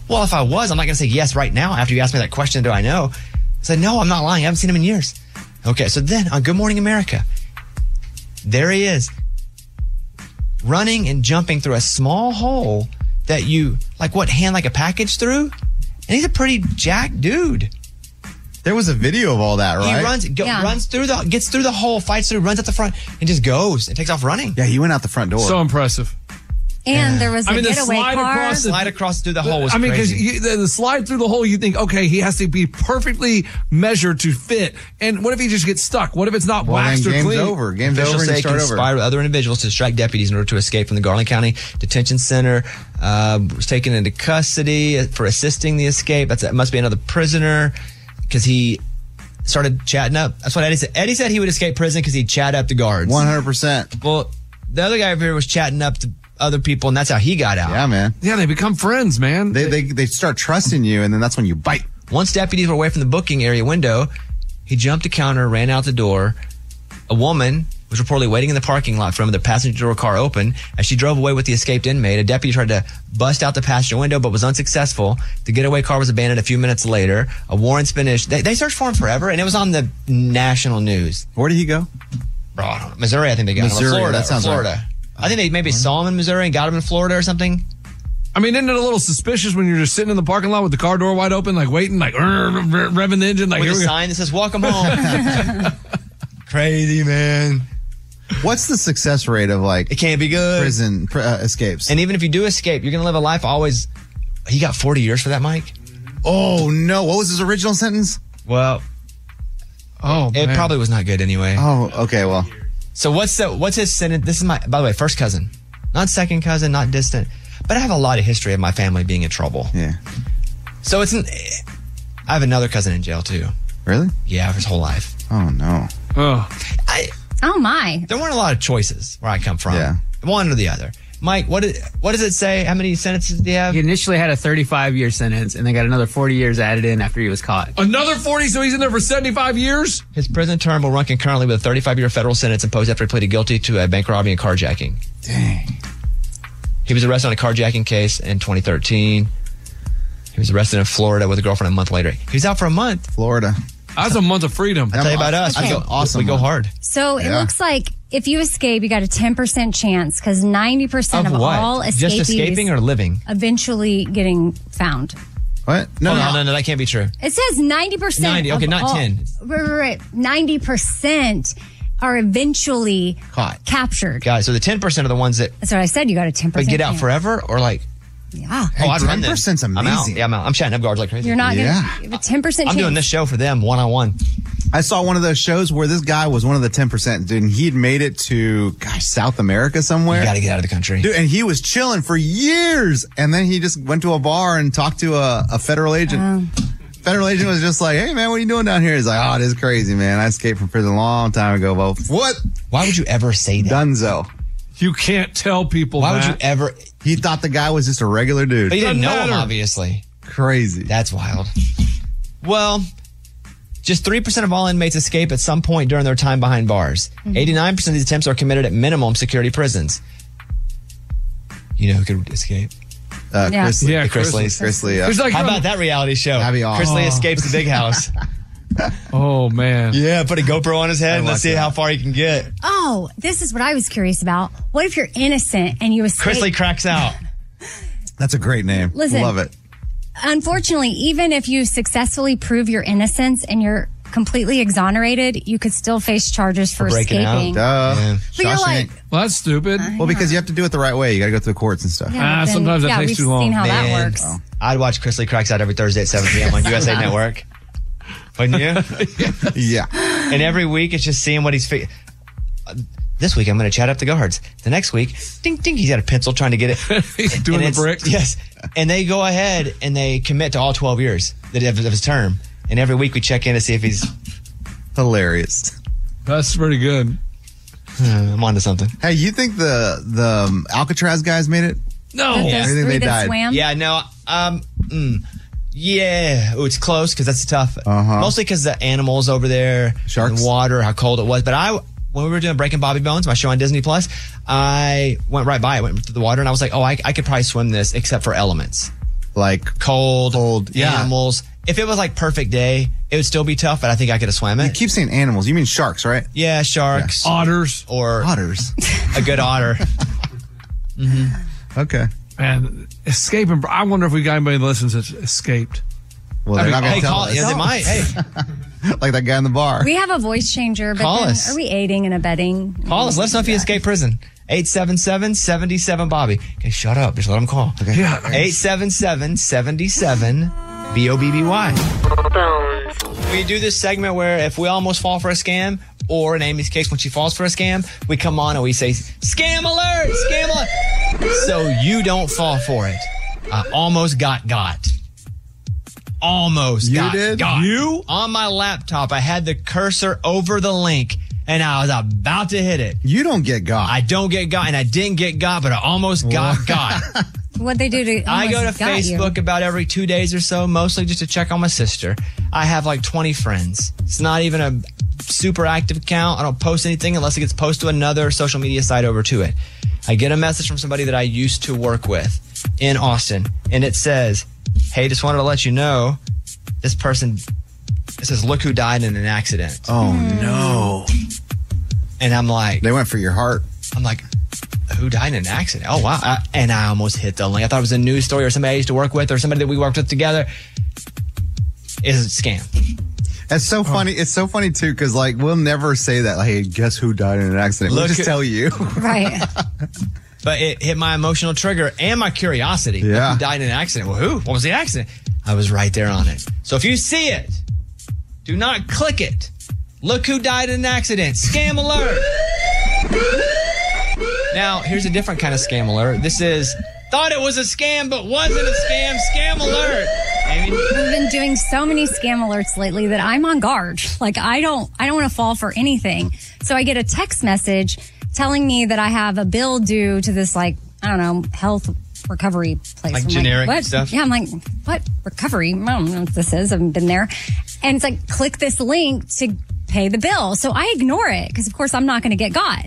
Well, if I was, I'm not going to say yes right now after you asked me that question. Do I know? I said, no, I'm not lying. I haven't seen him in years. Okay, so then on Good Morning America, there he is, running and jumping through a small hole that you, like, what, hand like a package through? And he's a pretty jacked dude.
There was a video of all that, right?
He runs, go, runs through the, gets through the hole, fights through, runs at the front, and just goes and takes off running.
Yeah, he went out the front door.
So impressive.
And there was
I
a
mean, the
getaway
slide
car.
across the
Slide across through the hole was
I mean,
crazy.
because the, the slide through the hole, you think, okay, he has to be perfectly measured to fit. And what if he just gets stuck? What if it's not
Well,
waxed
then
or
game's
clean?
over. Game's Officials say it can inspire other individuals to distract deputies in order to escape from the Garland County Detention Center. Uh, was taken into custody for assisting the escape. That's, that must be another prisoner because he started chatting up. That's what Eddie said. Eddie said he would escape prison because he'd chat up the guards. One
hundred percent.
Well, the other guy over here was chatting up to other people, and that's how he got out.
Yeah, man.
Yeah, they become friends, man.
They, they they start trusting you, and then that's when you bite.
Once deputies were away from the booking area window, he jumped a counter, ran out the door. A woman was reportedly waiting in the parking lot for him, with the passenger door car open. As she drove away with the escaped inmate, a deputy tried to bust out the passenger window but was unsuccessful. The getaway car was abandoned a few minutes later. A warrant's been issued. They, they searched for him forever, and it was on the national news.
Where did he go?
Bro, I don't know. Missouri, I think they got him. Or
Missouri,
Florida.
that sounds right.
Florida. I think they maybe saw him in Missouri and got him in Florida or something.
I mean, isn't it a little suspicious when you're just sitting in the parking lot with the car door wide open, like waiting, like "Rrr, rrr, rrr," revving the engine, like
With
here
a
we go.
sign that says, Welcome home. Crazy man.
What's the success rate of like it
can't be good
prison pr- uh, escapes?
And even if you do escape, you're going to live a life always. He got 40 years for that, Mike.
Oh no! What was his original sentence?
Well,
oh,
it
man.
probably was not good anyway.
Oh, okay. Well,
So what's the what's his sentence? This is my by the way first cousin, not second cousin, not distant, but I have a lot of history of my family being in trouble.
Yeah.
So it's an, I have another cousin in jail too.
Really?
Yeah, for his whole life.
Oh no.
Oh.
Oh my!
There weren't a lot of choices where I come from.
Yeah.
One or the other. Mike, what is, what does it say? How many sentences do you have?
He initially had a 35 year sentence and they got another 40 years added in after he was caught.
Another 40, so he's in there for 75 years?
His prison term will run concurrently with a 35 year federal sentence imposed after he pleaded guilty to a bank robbery and carjacking. Dang. He was arrested on a carjacking case in 2013. He was arrested in Florida with a girlfriend a month later. He was out for a month.
Florida.
That's a month of freedom.
I tell you about us.
Okay.
We go, awesome. We go hard.
So it
Yeah.
looks like if you escape, you got a ten percent chance because ninety percent of, all escapees
Just escaping or living?
eventually getting found.
What?
Oh, No, no, no, no, That can't be true.
It says 90%.
90, okay,
of
not
all-
10.
Right, right, right. 90% are eventually
Caught.
captured.
Guys, so the 10% are the ones that
That's what I said. You got a 10%.
but get out
chance.
forever or like
Yeah.
oh, I'd run them.
10% 's
I'm out.
amazing.
Yeah, I'm out. I'm shouting up guards like crazy.
You're not
Yeah.
going to. 10% chance.
I'm doing
this show for them one on one.
I saw one of those shows where this guy was one of the 10%, dude, and he'd made it to, gosh, South America somewhere. You
gotta get out of the country.
Dude, and he was chilling for years. And then he just went to a bar and talked to a, a federal agent.
Oh.
Federal agent was just like, hey, man, what are you doing down here? He's like, oh, it is crazy, man. I escaped from prison a long time ago. But what?
Why would you ever say that?
Dunzo.
You can't tell people
Why
would that.
you
ever?
He thought the guy was just a regular dude.
But you didn't know him, obviously.
Crazy.
That's wild. Well, just 3% of all inmates escape at some point during their time behind bars.
Mm-hmm.
89% of these attempts are committed at minimum security prisons. You know who could escape?
Uh,
yeah.
Chris Lee.
Yeah,
The Chris
Chris
Lee.
Lee.
Chris Lee, yeah. There's like-
How about that reality show? That'd be
awesome.
Chris Lee
Oh.
escapes the big house.
oh, man.
Yeah, put a GoPro on his head
I
and let's
like
see
that.
how far he can get.
Oh, this is what I was curious about. What if you're innocent and you escape?
Chris Lee cracks out.
That's a great name.
Listen.
Love it.
Unfortunately, even if you successfully prove your innocence and you're completely exonerated, you could still face charges for, escaping.
Duh.
But you're like-
well, that's stupid.
Well, because you have to do it the right way. You got to go through the courts and stuff.
Yeah, Ah, but then- sometimes that yeah, takes we've too long. Oh. seen how that works.
I'd watch Chris Lee cracks out every Thursday at 7 p.m. on USA Network. Wouldn't you?
yeah.
And every week it's just seeing what he's. Fi- Uh, this week I'm going to chat up the guards. The next week, ding ding, he's got a pencil trying to get it. he's
doing the bricks.
Yes. And they go ahead and they commit to all 12 years that of of his term. And every week we check in to see if he's
hilarious.
That's pretty good.
hmm, I'm onto something.
Hey, you think the the um, Alcatraz guys made it?
Yeah.
I think they died.
Yeah, no. Um, mm, yeah. Oh, it's close because that's tough.
Uh-huh.
Mostly because the animals over there, sharks, water, how cold it was. But I, when we were doing Breaking Bobby Bones, my show on Disney Plus, I went right by it, went through the water, and I was like, oh, I, I could probably swim this, except for elements
like
cold, cold,
yeah.
animals. If it was like perfect day, it would still be tough, but I think I could have swam it. You
keep saying animals. You mean sharks, right?
Yeah, sharks,
otters,
or
otters.
A good otter.
Okay.
Man, escaping. I wonder if we got anybody that listens that's escaped.
Well,
they're not gonna Hey, tell call- us. yeah, they might. Hey.
like that guy in the bar.
We have a voice changer, but
Call
then
us.
are we aiding and abetting?
Call us. Let us know if you escaped prison. 877 77 Bobby. Okay, shut up. Just let him call. Okay.
Yeah.
877 77 B O B B Y. We do this segment where if we almost fall for a scam, or in Amy's case, when she falls for a scam, we come on and we say, Scam alert! Scam alert! So you don't fall for it. I almost got got. Almost
You
got
did?
got.
You?
On my laptop, I had the cursor over the link and I was about to hit it.
You don't get got.
I don't get got and I didn't get got, but I almost got got.
What'd they do to
I go to
almost got you?
Facebook about every two days or so, mostly just to check on my sister. I have like 20 friends. It's not even a super active account. I don't post anything unless it gets posted to another social media site over to it. I get a message from somebody that I used to work with in Austin, and it says, Hey, just wanted to let you know this person, it says, Look who died in an accident.
Oh no.
And I'm like,
they went for your heart.
I'm like, who died in an accident? Oh wow! I, and I almost hit the link. I thought it was a news story or somebody I used to work with or somebody that we worked with together. Is a scam.
That's
Oh.
so funny. It's so funny too, because like we'll never say that. Like, hey, guess who died in an accident? we'll
Look
just
at-
tell you.
Right.
But it hit my emotional trigger and my curiosity.
Yeah.
Who died in an accident? Well, who? What was the accident? I was right there on it. So if you see it, do not click it. Look who died in an accident. Scam alert. now, here's a different kind of scam alert. This is thought it was a scam, but wasn't a scam. Scam alert. Amy?
We've been doing so many scam alerts lately that I'm on guard. Like I don't I don't want to fall for anything. So I get a text message telling me that I have a bill due to this like, I don't know, health recovery place.
Like
I'm
generic
what?
stuff?
Yeah, I'm like, what recovery? I don't know what this is. I haven't been there. And it's like click this link to pay the bill. So I ignore it because of course I'm not gonna get got.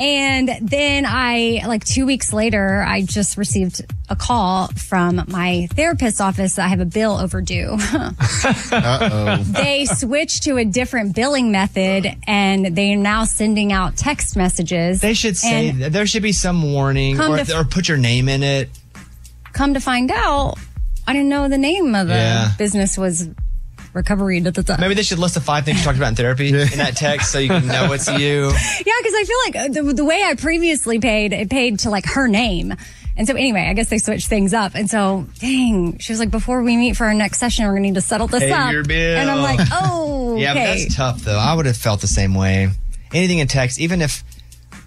And then I, like two weeks later, I just received a call from my therapist's office that I have a bill overdue.
Uh oh.
they switched to a different billing method and they are now sending out text messages.
They should say
And
that there should be some warning
Come
or,
to-
or put your name in it.
come to find out, I didn't know the name of the
Yeah.
business was recovery. Da, da, da.
Maybe they should list the five things you talked about in therapy in that text so you can know it's you.
Yeah, because I feel like uh, the, the way I previously paid, it paid to like her name. And so anyway, I guess they switched things up. And so, dang, she was like, before we meet for our next session, we're going to need to settle this
Pay
up.
your bill.
And I'm like, oh,
Yeah, but
okay.
that's tough though. I would have felt the same way. Anything in text, even if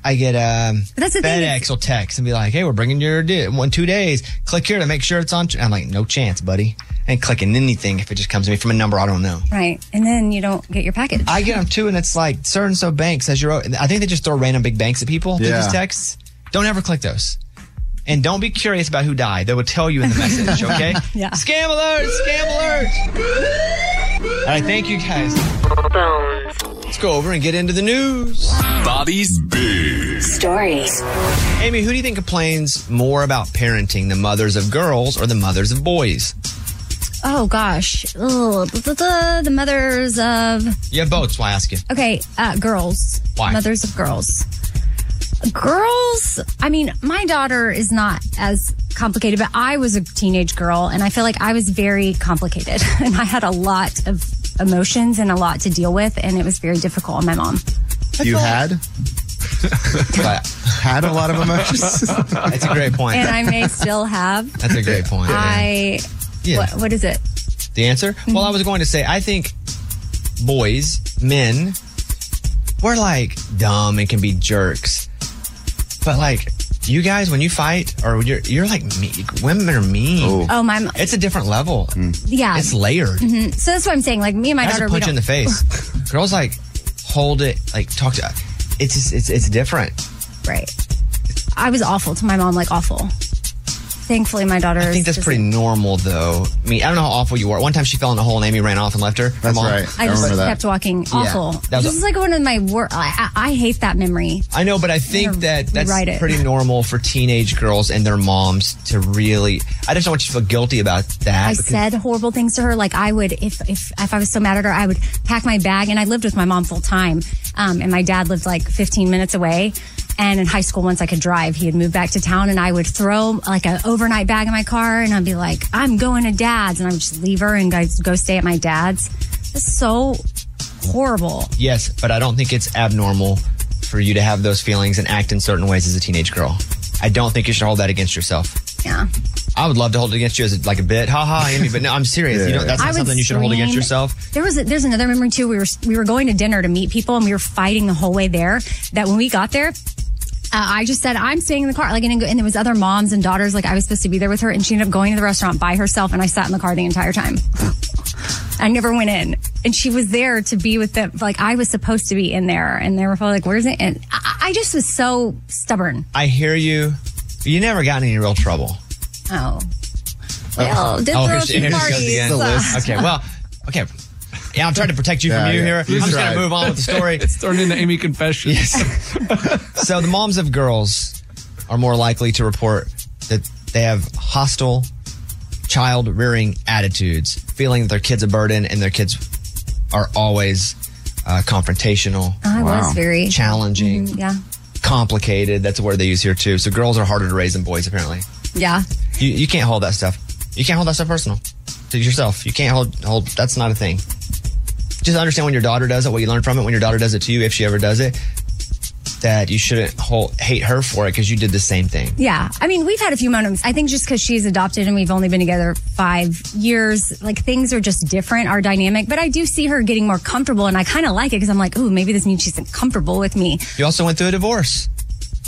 I get um,
that's the thing
FedEx will text and be like, "Hey, we're bringing your di- one two days. Click here to make sure it's on." i I'm like, "No chance, buddy." And clicking anything if it just comes to me from a number I don't know.
right. And then you don't get your package.
I get them too, and it's like so and so bank says you're. o- I think they just throw random big banks at people through
Yeah.
these texts. Don't ever click those, and don't be curious about who died. They will tell you in the message. Okay.
yeah.
Scam alert! Scam alert! All right, thank you guys. Let's go over and get into the news.
Bobby's Big
Stories. Amy, who do you think complains more about parenting, the mothers of girls or the mothers of boys?
Oh gosh. Ugh, da, da, da, the mothers of,
Yeah, both. That's why I ask you.
okay, uh, girls.
Why?
Mothers of girls. Girls, I mean, my daughter is not as complicated, but I was a teenage girl and I feel like I was very complicated and I had a lot of emotions and a lot to deal with and it was very difficult on my mom.
You had? had a lot of emotions.
That's a great point.
And I may still have.
That's a great point.
I,
Yeah.
what, what is it?
The answer? Well, I was going to say, I think boys, men, we're like dumb and can be jerks. But like, you guys, when you fight, or you're you're like me, women are mean.
Oh, my-
It's a different level.
Yeah.
It's layered.
Mhm. So that's what I'm saying. Like me and my
Guys
daughter,
are
we
punch
don't.
in the face. Girls like hold it, like talk to. It's just, it's it's different.
Right. I was awful to my mom, like awful. Thankfully, my daughter.
I think that's pretty normal, though. I mean, I don't know how awful you are. One time she fell in a hole and Amy ran off and left her. That's
right.
I just kept walking.
Yeah.
Awful.
That was-
this is like one of my worst. I, I, I hate that memory.
I know, but I think that that's
rewrite it.
pretty normal for teenage girls and their moms to really. I just don't want you to feel guilty about that.
I
because-
said horrible things to her. Like I would, if if if I was so mad at her, I would pack my bag. And I lived with my mom full time, um, and my dad lived like 15 minutes away. And in high school, once I could drive, he had moved back to town, and I would throw like an overnight bag in my car, and I'd be like, "I'm going to dad's," and I would just leave her and guys go stay at my dad's. It's so horrible.
yes, but I don't think it's abnormal for you to have those feelings and act in certain ways as a teenage girl. I don't think you should hold that against yourself.
Yeah.
I would love to hold it against you as like a bit, ha ha, Amy. But no, I'm serious. You know, that's
I
not
would
something you should hold against
scream.
yourself.
There was a, there's another memory too. We were we were going to dinner to meet people, and we were fighting the whole way there. That when we got there. Uh, I just said I'm staying in the car, like, and, and there was other moms and daughters. Like, I was supposed to be there with her, and she ended up going to the restaurant by herself, and I sat in the car the entire time. I never went in, and she was there to be with them. Like, I was supposed to be in there, and they were probably like, "Where's it?" And I, I just was so stubborn.
I hear you. You never got in any real trouble. Oh,
Oh, Well, did throw a
here's-
few
here's- here's
parties,
end.
so-
The list. Okay, well, okay. Yeah, I'm trying to protect you
Yeah,
from you
yeah.
here.
You
I'm just
tried.
gonna move on with the story.
It's turned into Amy confessions.
so the moms of girls are more likely to report that they have hostile child rearing attitudes, feeling that their kids a burden and their kids are always uh, confrontational.
I was very
challenging,
Mhm, yeah,
complicated. That's a word they use here too. So girls are harder to raise than boys apparently.
yeah.
You, you can't hold that stuff. You can't hold that stuff personal to yourself. You can't hold hold. That's not a thing. Just understand when your daughter does it, what you learn from it. When your daughter does it to you, if she ever does it, that you shouldn't hold, hate her for it because you did the same thing.
Yeah. I mean, we've had a few moments. I think just because she's adopted and we've only been together five years, like things are just different, our dynamic. But I do see her getting more comfortable and I kind of like it because I'm like, ooh, maybe this means she's comfortable with me.
You also went through a divorce.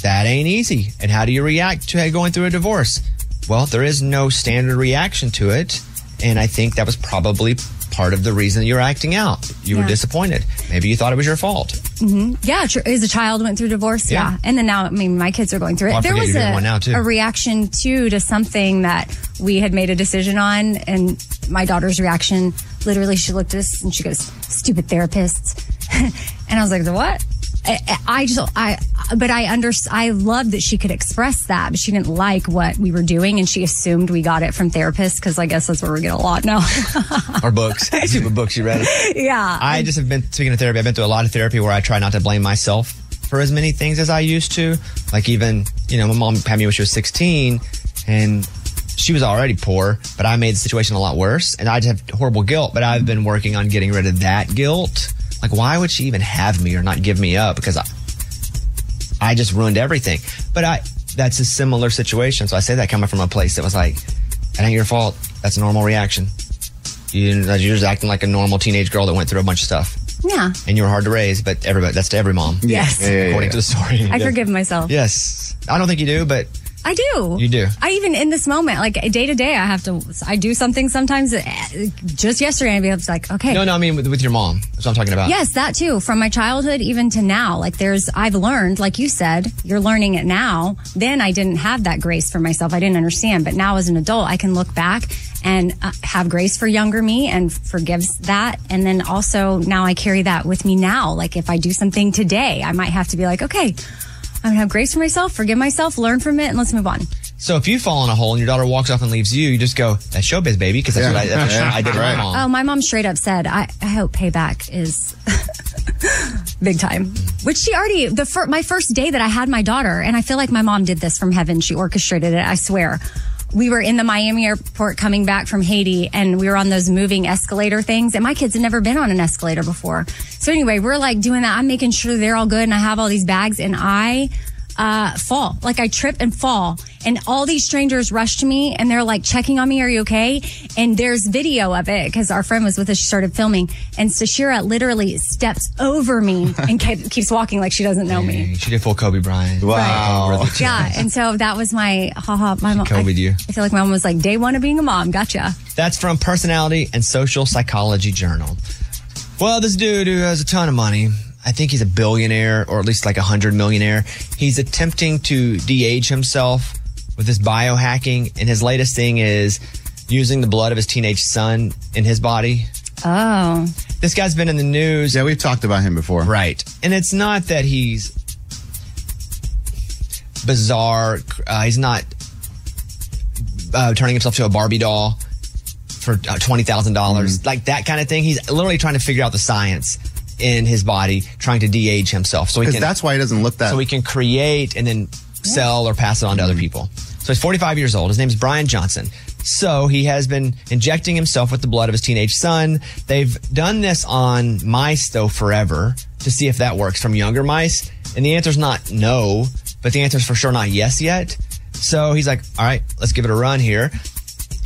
That ain't easy. And how do you react to going through a divorce? Well, there is no standard reaction to it. And I think that was probably part of the reason you were acting out. You
Yeah.
were disappointed. Maybe you thought it was your fault.
hmm Yeah. Tr- as a child went through divorce. Yeah.
Yeah.
And then now, I mean, my kids are going through it.
Well, I
there
forget
was
you're doing one now,
a,
too.
a reaction too to something that we had made a decision on. And my daughter's reaction, literally, she looked at us and she goes, stupid therapists. and I was like, the what? I, I- I just, I, but I under, I loved that she could express that, but she didn't like what we were doing. And she assumed we got it from therapists because I guess that's where we get a lot now.
or books. Stupid books you read.
yeah.
I just have been speaking of therapy. I've been through a lot of therapy where I try not to blame myself for as many things as I used to. Like even you know, my mom had me when she was 16, and she was already poor, but I made the situation a lot worse, and I'd have horrible guilt. But I've been working on getting rid of that guilt. Like, why would she even have me or not give me up? Because I, I just ruined everything. But I, that's a similar situation. So I say that coming from a place that was like, "That ain't your fault. That's a normal reaction. You, didn't- you're just acting like a normal teenage girl that went through a bunch of stuff."
Yeah.
And you were hard to raise, but everybody, that's to every mom.
Yes. Yeah, yeah, yeah,
According
yeah.
to the story.
I forgive myself.
Yes. I don't think you do, but
I do.
you do.
I even in this moment, like day to day, I have to. I do something sometimes. eh, Just yesterday, I'd be like, okay,
No, no, I mean with, with your mom. That's what I'm talking about.
Yes, that too. From my childhood even to now, like there's, I've learned, like you said, you're learning it now. Then I didn't have that grace for myself. I didn't understand. But now as an adult, I can look back and uh, have grace for younger me and forgives that. And then also now I carry that with me now. Like if I do something today, I might have to be like, okay, I'm gonna have grace for myself, forgive myself, learn from it, and let's move on.
So if you fall in a hole and your daughter walks off and leaves you, you just go, that's showbiz, baby, because that's
Yeah.
what I, that's what I did to my
Right.
mom.
Oh, my mom straight up said, I, I hope payback is big time. Which she already, the fir- my first day that I had my daughter, and I feel like my mom did this from heaven. She orchestrated it, I swear. We were in the Miami airport coming back from Haiti, and we were on those moving escalator things. And my kids had never been on an escalator before. So, anyway, we're like doing that. I'm making sure they're all good, and I have all these bags, and I uh, fall. Like I trip and fall, and all these strangers rush to me and they're like checking on me. Are you okay? And there's video of it because our friend was with us. She started filming, and Sashira literally steps over me and ke- keeps walking like she doesn't know me.
She did full Kobe Bryant.
Wow.
Yeah, and so that was my haha. My mom. I,
Kobe'd you.
I feel like my mom was like day one of being a mom. Gotcha.
That's from Personality and Social Psychology Journal. Well, this dude who has a ton of money, I think he's a billionaire or at least like a hundred millionaire. He's attempting to de-age himself with his biohacking, and his latest thing is using the blood of his teenage son in his body
Oh,
this guy's been in the news. Yeah, we've talked about him before. Right. And it's not that he's bizarre. Uh, he's not uh, turning himself to a Barbie doll for uh, $20,000. dollars Like that kind of thing. He's literally trying to figure out the science in his body, trying to de age himself. So he
'Cause
can,
that's why he doesn't look that.
So he can create and then sell or pass it on to other people. So he's 45 years old. His name's Brian Johnson. So he has been injecting himself with the blood of his teenage son. They've done this on mice though forever to see if that works from younger mice. And the answer's not no, but the answer's for sure not yes yet. So he's like, all right, let's give it a run here.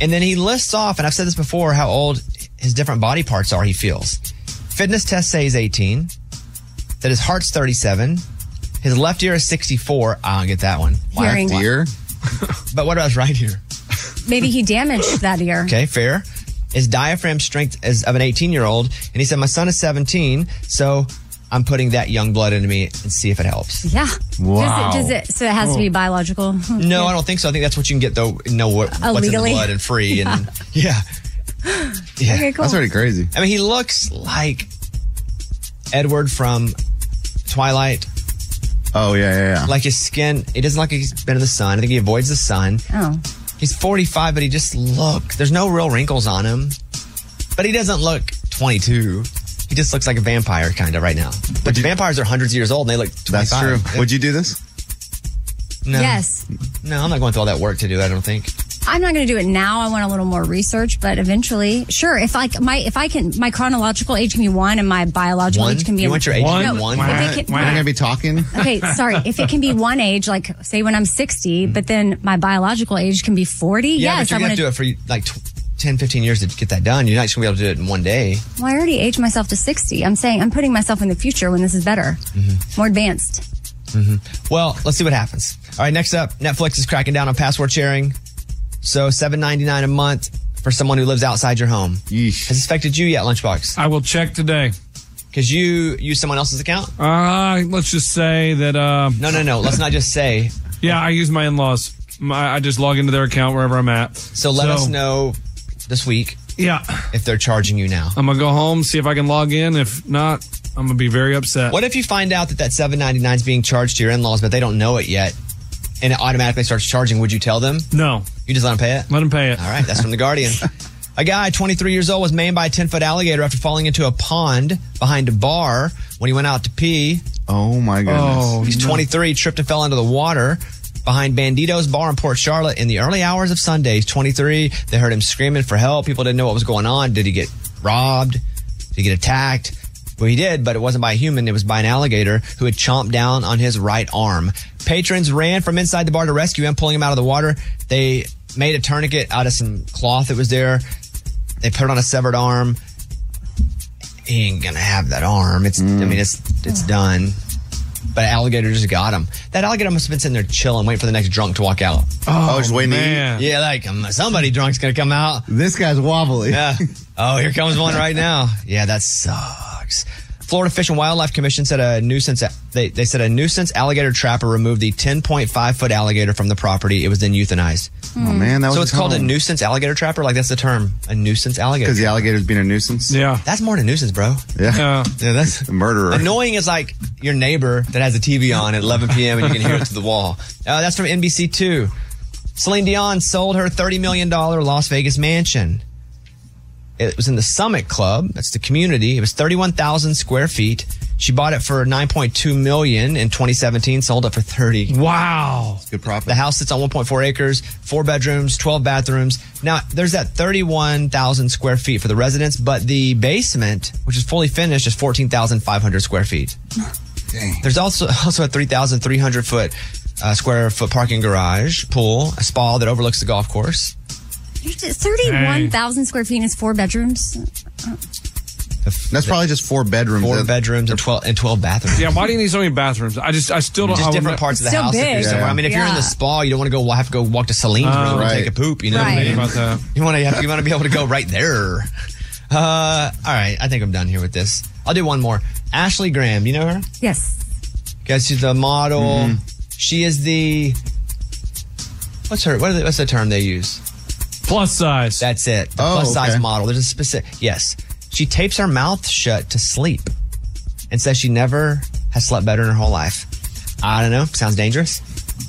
And then he lists off, and I've said this before, how old his different body parts are he feels. Fitness tests say he's 18, that his heart's 37, his left ear is 64. I don't get that one.
Hearing. Left
ear? but what about his right ear?
maybe he damaged that ear.
Okay, fair. His diaphragm strength is of an 18 year old. And he said, My son is 17, so I'm putting that young blood into me and see if it helps.
Yeah.
Wow. Oh.
Does it, does it, so it has to be biological.
No, I don't think so. I think that's what you can get, though, know what,
Oh,
what's
legally?
in the blood and free. And yeah.
Okay, cool. That's already
crazy. I mean, he looks like Edward from Twilight. Oh, yeah, yeah, yeah. Like his skin, it doesn't look like he's been in the sun. I think he avoids the sun.
Oh.
He's 45, but he just look. There's no real wrinkles on him. But he doesn't look 22. He just looks like a vampire, kind of, right now. But vampires are hundreds of years old and they look 25.
That's true. Would
you do this? No.
Yes.
No, I'm not going through all that work to do that, I don't think.
I'm not going to do it now. I want a little more research, but eventually, sure. If like my if I can, my chronological age can be one, and my biological age can be No, if it can-
Am I gonna be talking?
okay, sorry. If it can be one age, like say when I'm 60, but then my biological age can be 40.
Yeah, but
yes, I
you're going
want
to do it for like tw- 10, 15 years to get that done. You're not just going to be able to do it in one day.
Well, I already aged myself to 60. I'm saying I'm putting myself in the future when this is better, more advanced.
hmm Well, let's see what happens. All right, next up, Netflix is cracking down on password sharing. So seven ninety nine a month for someone who lives outside your home. Has this affected you yet, Lunchbox?
I will check today.
Because you use someone else's account?
Uh, let's just say that. Uh,
no, no, no. Let's not just say.
Yeah, I use my in laws. I just log into their account wherever I'm at.
So let us know this week.
Yeah.
If they're charging you now.
I'm going to go home, see if I can log in. If not, I'm going to be very upset.
What if you find out that that seven ninety nine is being charged to your in laws, but they don't know it yet, and it automatically starts charging? Would you tell them?
No.
You just let them pay it.
Let them pay it.
All right. That's from the Guardian. a guy, twenty three years old, was maimed by a ten foot alligator after falling into a pond behind a bar when he went out to pee.
Oh my goodness.
He's 23, tripped and fell into the water.
behind Bandito's Bar in Port Charlotte in the early hours of Sunday. He's 23. They heard him screaming for help. People didn't know what was going on. Did he get robbed? Did he get attacked? Well, he did, but it wasn't by a human. It was by an alligator who had chomped down on his right arm. Patrons ran from inside the bar to rescue him, pulling him out of the water. They made a tourniquet out of some cloth that was there. They put it on a severed arm. He ain't gonna have that arm. It's, I mean, it's it's done. But alligator just got him. That alligator must have been sitting there chilling, waiting for the next drunk to walk out.
Oh, just waiting to man. eat?
Yeah, like um, somebody drunk's gonna come out.
This guy's wobbly.
Yeah. Oh, here comes one right now. Yeah, that sucks. Florida Fish and Wildlife Commission said a nuisance. They, they said a nuisance alligator trapper removed the 10.5 foot alligator from the property. It was then euthanized.
Oh man, that was
so it's called a
home.
nuisance alligator trapper. Like that's the term, a nuisance alligator.
Because the alligator's being a nuisance.
Yeah. Uh,
That's more than a nuisance, bro.
Yeah.
yeah, that's
a murderer.
Annoying is like your neighbor that has a TV on at 11 p.m. and you can hear it through the wall. Uh, that's from NBC2. Celine Dion sold her $30 million Las Vegas mansion. It was in the Summit Club. That's the community. It was 31,000 square feet. She bought it for 9.2 million in 2017, sold it for 30.
Wow.
good profit.
The house sits on 1.4 acres, four bedrooms, 12 bathrooms. Now, there's that 31,000 square feet for the residents, but the basement, which is fully finished, is 14,500 square feet. There's also also a 3,300 foot uh, square foot parking garage, pool, a spa that overlooks the golf course.
Thirty-one thousand square feet is four bedrooms.
That's probably just four bedrooms.
Four bedrooms and 12 and 12 bathrooms.
Yeah, why do you need so many bathrooms? I just, I still don't.
Just
I would
different
ne-
parts of the house. If you're somewhere. I mean, if you're in the spa, you don't want to go have to go walk to Celine's
Oh,
room
right.
and take a poop. You know
Right.
what I mean?
Think about that.
You want to have, you want to be able to go right there. Uh, all right, I think I'm done here with this. I'll do one more. Ashley Graham, you know her?
Yes.
Guess she's the model.
Mm-hmm.
She is the what's her what are the, what's the term they use?
Plus size.
That's it. The
Oh,
plus size
okay.
model. There's a specific yes. She tapes her mouth shut to sleep and says she never has slept better in her whole life. I don't know. Sounds dangerous.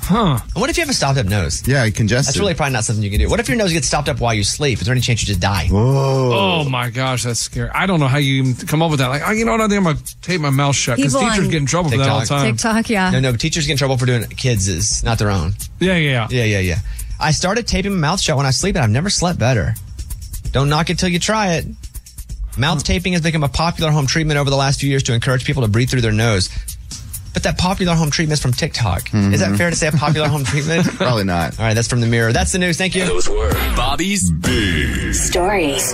Huh.
And what if you have a stopped up nose?
Yeah, congested.
That's really probably not something you can do. What if your nose gets stopped up while you sleep? Is there any chance you just die?
Oh my gosh, that's scary. I don't know how you even come up with that. Like, oh, you know what? I think I'm gonna tape my mouth shut because
People
teachers
on
get in trouble for that all the time.
TikTok, yeah.
No, no, but teachers get in trouble for doing it. Kids is not their own.
Yeah, yeah,
yeah, yeah, yeah. I started taping my mouth shut when I sleep, and I've never slept better. Don't knock it till you try it. Mouth taping has become a popular home treatment over the last few years to encourage people to breathe through their nose. But that popular home treatment is from TikTok. Is that
Mhm.
fair to say a popular home treatment?
Probably not.
All right, that's from the mirror. That's the news. Thank you.
Those were Bobby's Big
Stories.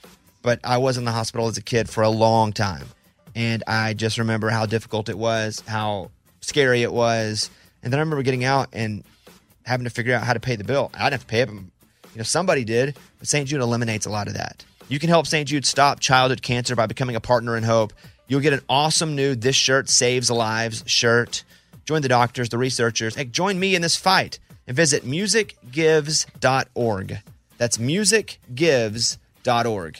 but I was in the hospital as a kid for a long time. And I just remember how difficult it was, how scary it was. And then I remember getting out and having to figure out how to pay the bill. I didn't have to pay it, but you know, somebody did. But St. Jude eliminates a lot of that. You can help St. Jude stop childhood cancer by becoming a partner in hope. You'll get an awesome new This Shirt Saves Lives shirt. Join the doctors, the researchers, and join me in this fight and visit musicgives.org. That's musicgives.org.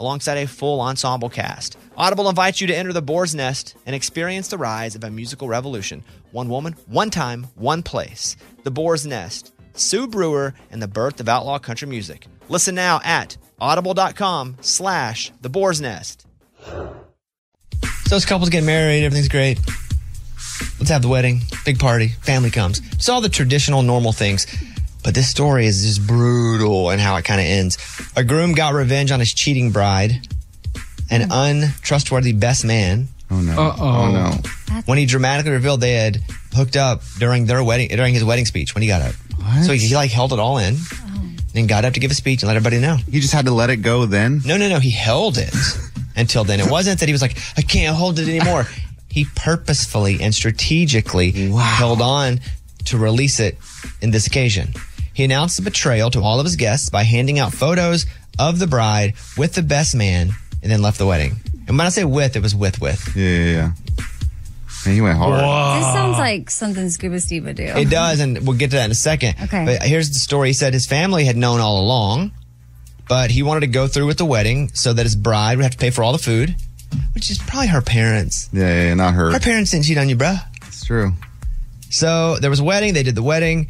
alongside a full ensemble cast. Audible invites you to enter the boar's nest and experience the rise of a musical revolution. One woman, one time, one place. The boar's nest, Sue Brewer, and the birth of outlaw country music. Listen now at audible.com slash the boar's nest.
So this couple's getting married, everything's great. Let's have the wedding, big party, family comes. It's all the traditional, normal things. But this story is just brutal and how it kind of ends. A groom got revenge on his cheating bride, an untrustworthy best man.
Oh no.
Uh,
Uh-oh. no. When he dramatically revealed they had hooked up during their wedding during his wedding speech when he got up. So he, he, like held it all in and got up to give a speech and let everybody know.
He just had to let it go then?
No, no, no. He held it until then. It wasn't that he was like, I can't hold it anymore. he purposefully and strategically held on to release it in this occasion. He announced the betrayal to all of his guests by handing out photos of the bride with the best man and then left the wedding. And when I say with, it was with, with.
Yeah, yeah, yeah. Man, he went hard.
This sounds like something Scuba Steve would do.
It does, and we'll get to that in a second.
Okay.
But here's the story. He said his family had known all along, but he wanted to go through with the wedding so that his bride would have to pay for all the food, which is probably her parents.
Yeah, yeah, yeah, not her.
Her parents didn't cheat on you, bruh.
It's true.
So there was a wedding. They did the wedding.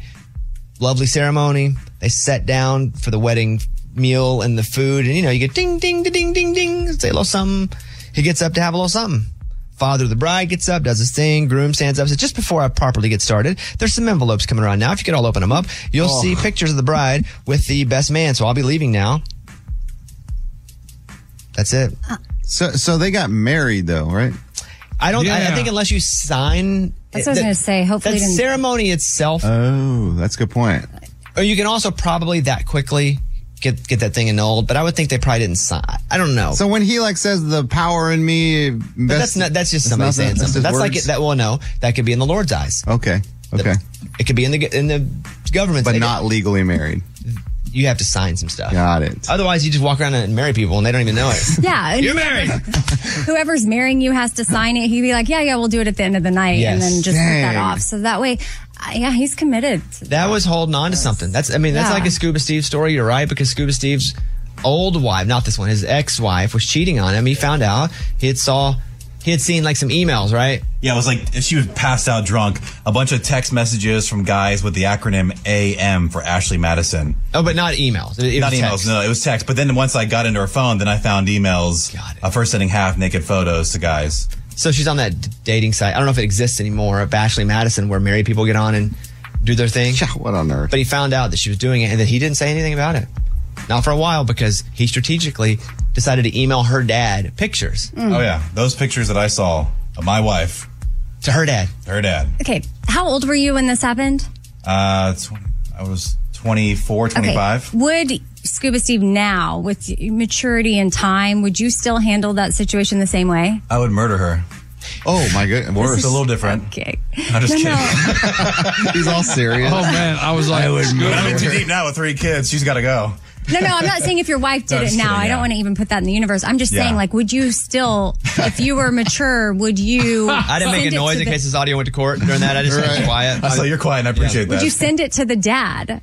Lovely ceremony. They sat down for the wedding meal and the food. And, you know, you get ding, ding, ding, ding, ding, ding. Say a little something. He gets up to have a little something. Father of the bride gets up, does his thing. Groom stands up. Says, just before I properly get started, there's some envelopes coming around now. If you could all open them up, you'll
Oh.
see pictures of the bride with the best man. So I'll be leaving now. That's it.
So so they got married though, right?
I don't. I, I think unless you sign,
That's what I was
that-
going to say. Hopefully,
that
it didn't-
ceremony itself.
Oh, that's a good point.
Or you can also probably that quickly get get that thing annulled. But I would think they probably didn't sign. I don't know.
So when he like says the power in me, best,
But that's not. That's just somebody saying something. That's like it, that. Well, no, that could be in the Lord's eyes.
Okay. Okay.
It could be in the in the government,
but not legally married.
You have to sign some stuff.
Got it.
Otherwise, you just walk around and marry people, and they don't even know it.
Yeah. and
You're married.
Whoever's marrying you has to sign it. He'd be like, yeah, yeah, we'll do it at the end of the night and
Yes.
then just rip that
Dang.
off. So that way, uh, yeah, he's committed. to-
That was holding on to something. That's I mean, that's
Yeah.
like a Scuba Steve story, you're right, because Scuba Steve's old wife, not this one, his ex wife was cheating on him. He found out. He had saw he had seen like some emails, right?
Yeah, it was like she was passed out drunk. A bunch of text messages from guys with the acronym AM for Ashley Madison.
Oh, but not emails. It- it
Not
was
emails,
text.
no, it was text. But then once I got into her phone, then I found emails of her sending half naked photos to guys.
So she's on that d- dating site. I don't know if it exists anymore, of Ashley Madison, where married people get on and do their thing. Yeah,
what on earth?
But he found out that she was doing it and that he didn't say anything about it. Not for a while because he strategically decided to email her dad pictures.
Mm.
Oh, yeah. Those pictures that I saw of my wife.
To her dad.
Her dad.
Okay. How old were you when this happened?
Uh, tw- I was 24, 25.
Okay. Would Scuba Steve now, with maturity and time, would you still handle that situation the same way?
I would murder her.
Oh my goodness.
Worse. a little different.
Okay.
I'm just
No,
kidding.
He's all serious.
Oh,
man, I was like,
I would
murder
I'm in too
her.
deep now with three kids. She's got to go.
No, no, I'm not saying if your wife did
No,
it
just
now.
kidding,
I don't
yeah.
want to even put that in the universe. I'm just
Yeah.
saying, like, would you still, if you were mature, would you?
I didn't make
send
a
it
noise
to
in
the-
case his audio went to court during that. I just was quiet.
I saw you're quiet. And I appreciate
Would
that.
you send it to the dad?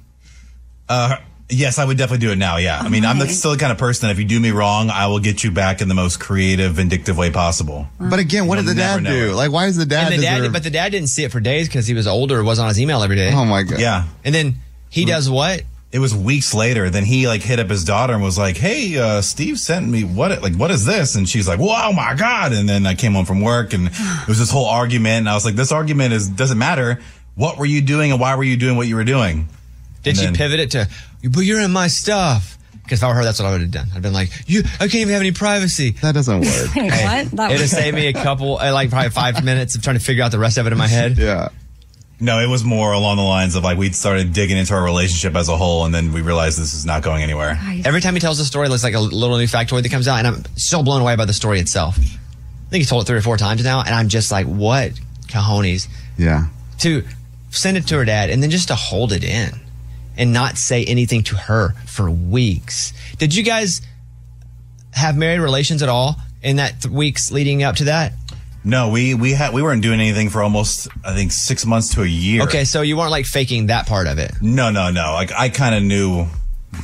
Uh, yes, I would definitely do it now. Yeah. I mean, I'm the,
Okay.
still the kind of person that if you do me wrong, I will get you back in the most creative, vindictive way possible.
But again, what did the
never
dad
know
do?
it.
Like, why is the dad?
and the dad,
deserve-
but the dad didn't see it for days because he was older, was on his email every day.
Oh my god!
Yeah.
And then he does what?
It was weeks later. Then he like hit up his daughter and was like, "Hey, uh, Steve sent me what? Like, what is this?" And she's like, "Wow, my god!" And then I came home from work and it was this whole argument. And I was like, "This argument is doesn't matter. What were you doing and why were you doing what you were doing?"
Did she pivot it to, but you're in my stuff? Because if I were her, that's what I would have done. I'd been like, you, I can't even have any privacy.
That doesn't work.
Wait,
Hey,
what? That
It'd have
was-
saved me a couple, uh, like probably five minutes of trying to figure out the rest of it in my head.
Yeah.
No, it was more along the lines of like we'd started digging into our relationship as a whole, and then we realized this is not going anywhere.
Every time he tells a story, it's like a little new factoid that comes out, and I'm so blown away by the story itself. I think he's told it three or four times now, and I'm just like, what cojones
Yeah.
to send it to her dad and then just to hold it in and not say anything to her for weeks. Did you guys have married relations at all in that th- weeks leading up to that?
No, we we had we weren't doing anything for almost I think six months to a year.
Okay, so you weren't like faking that part of it.
No, no, no. Like I kind of knew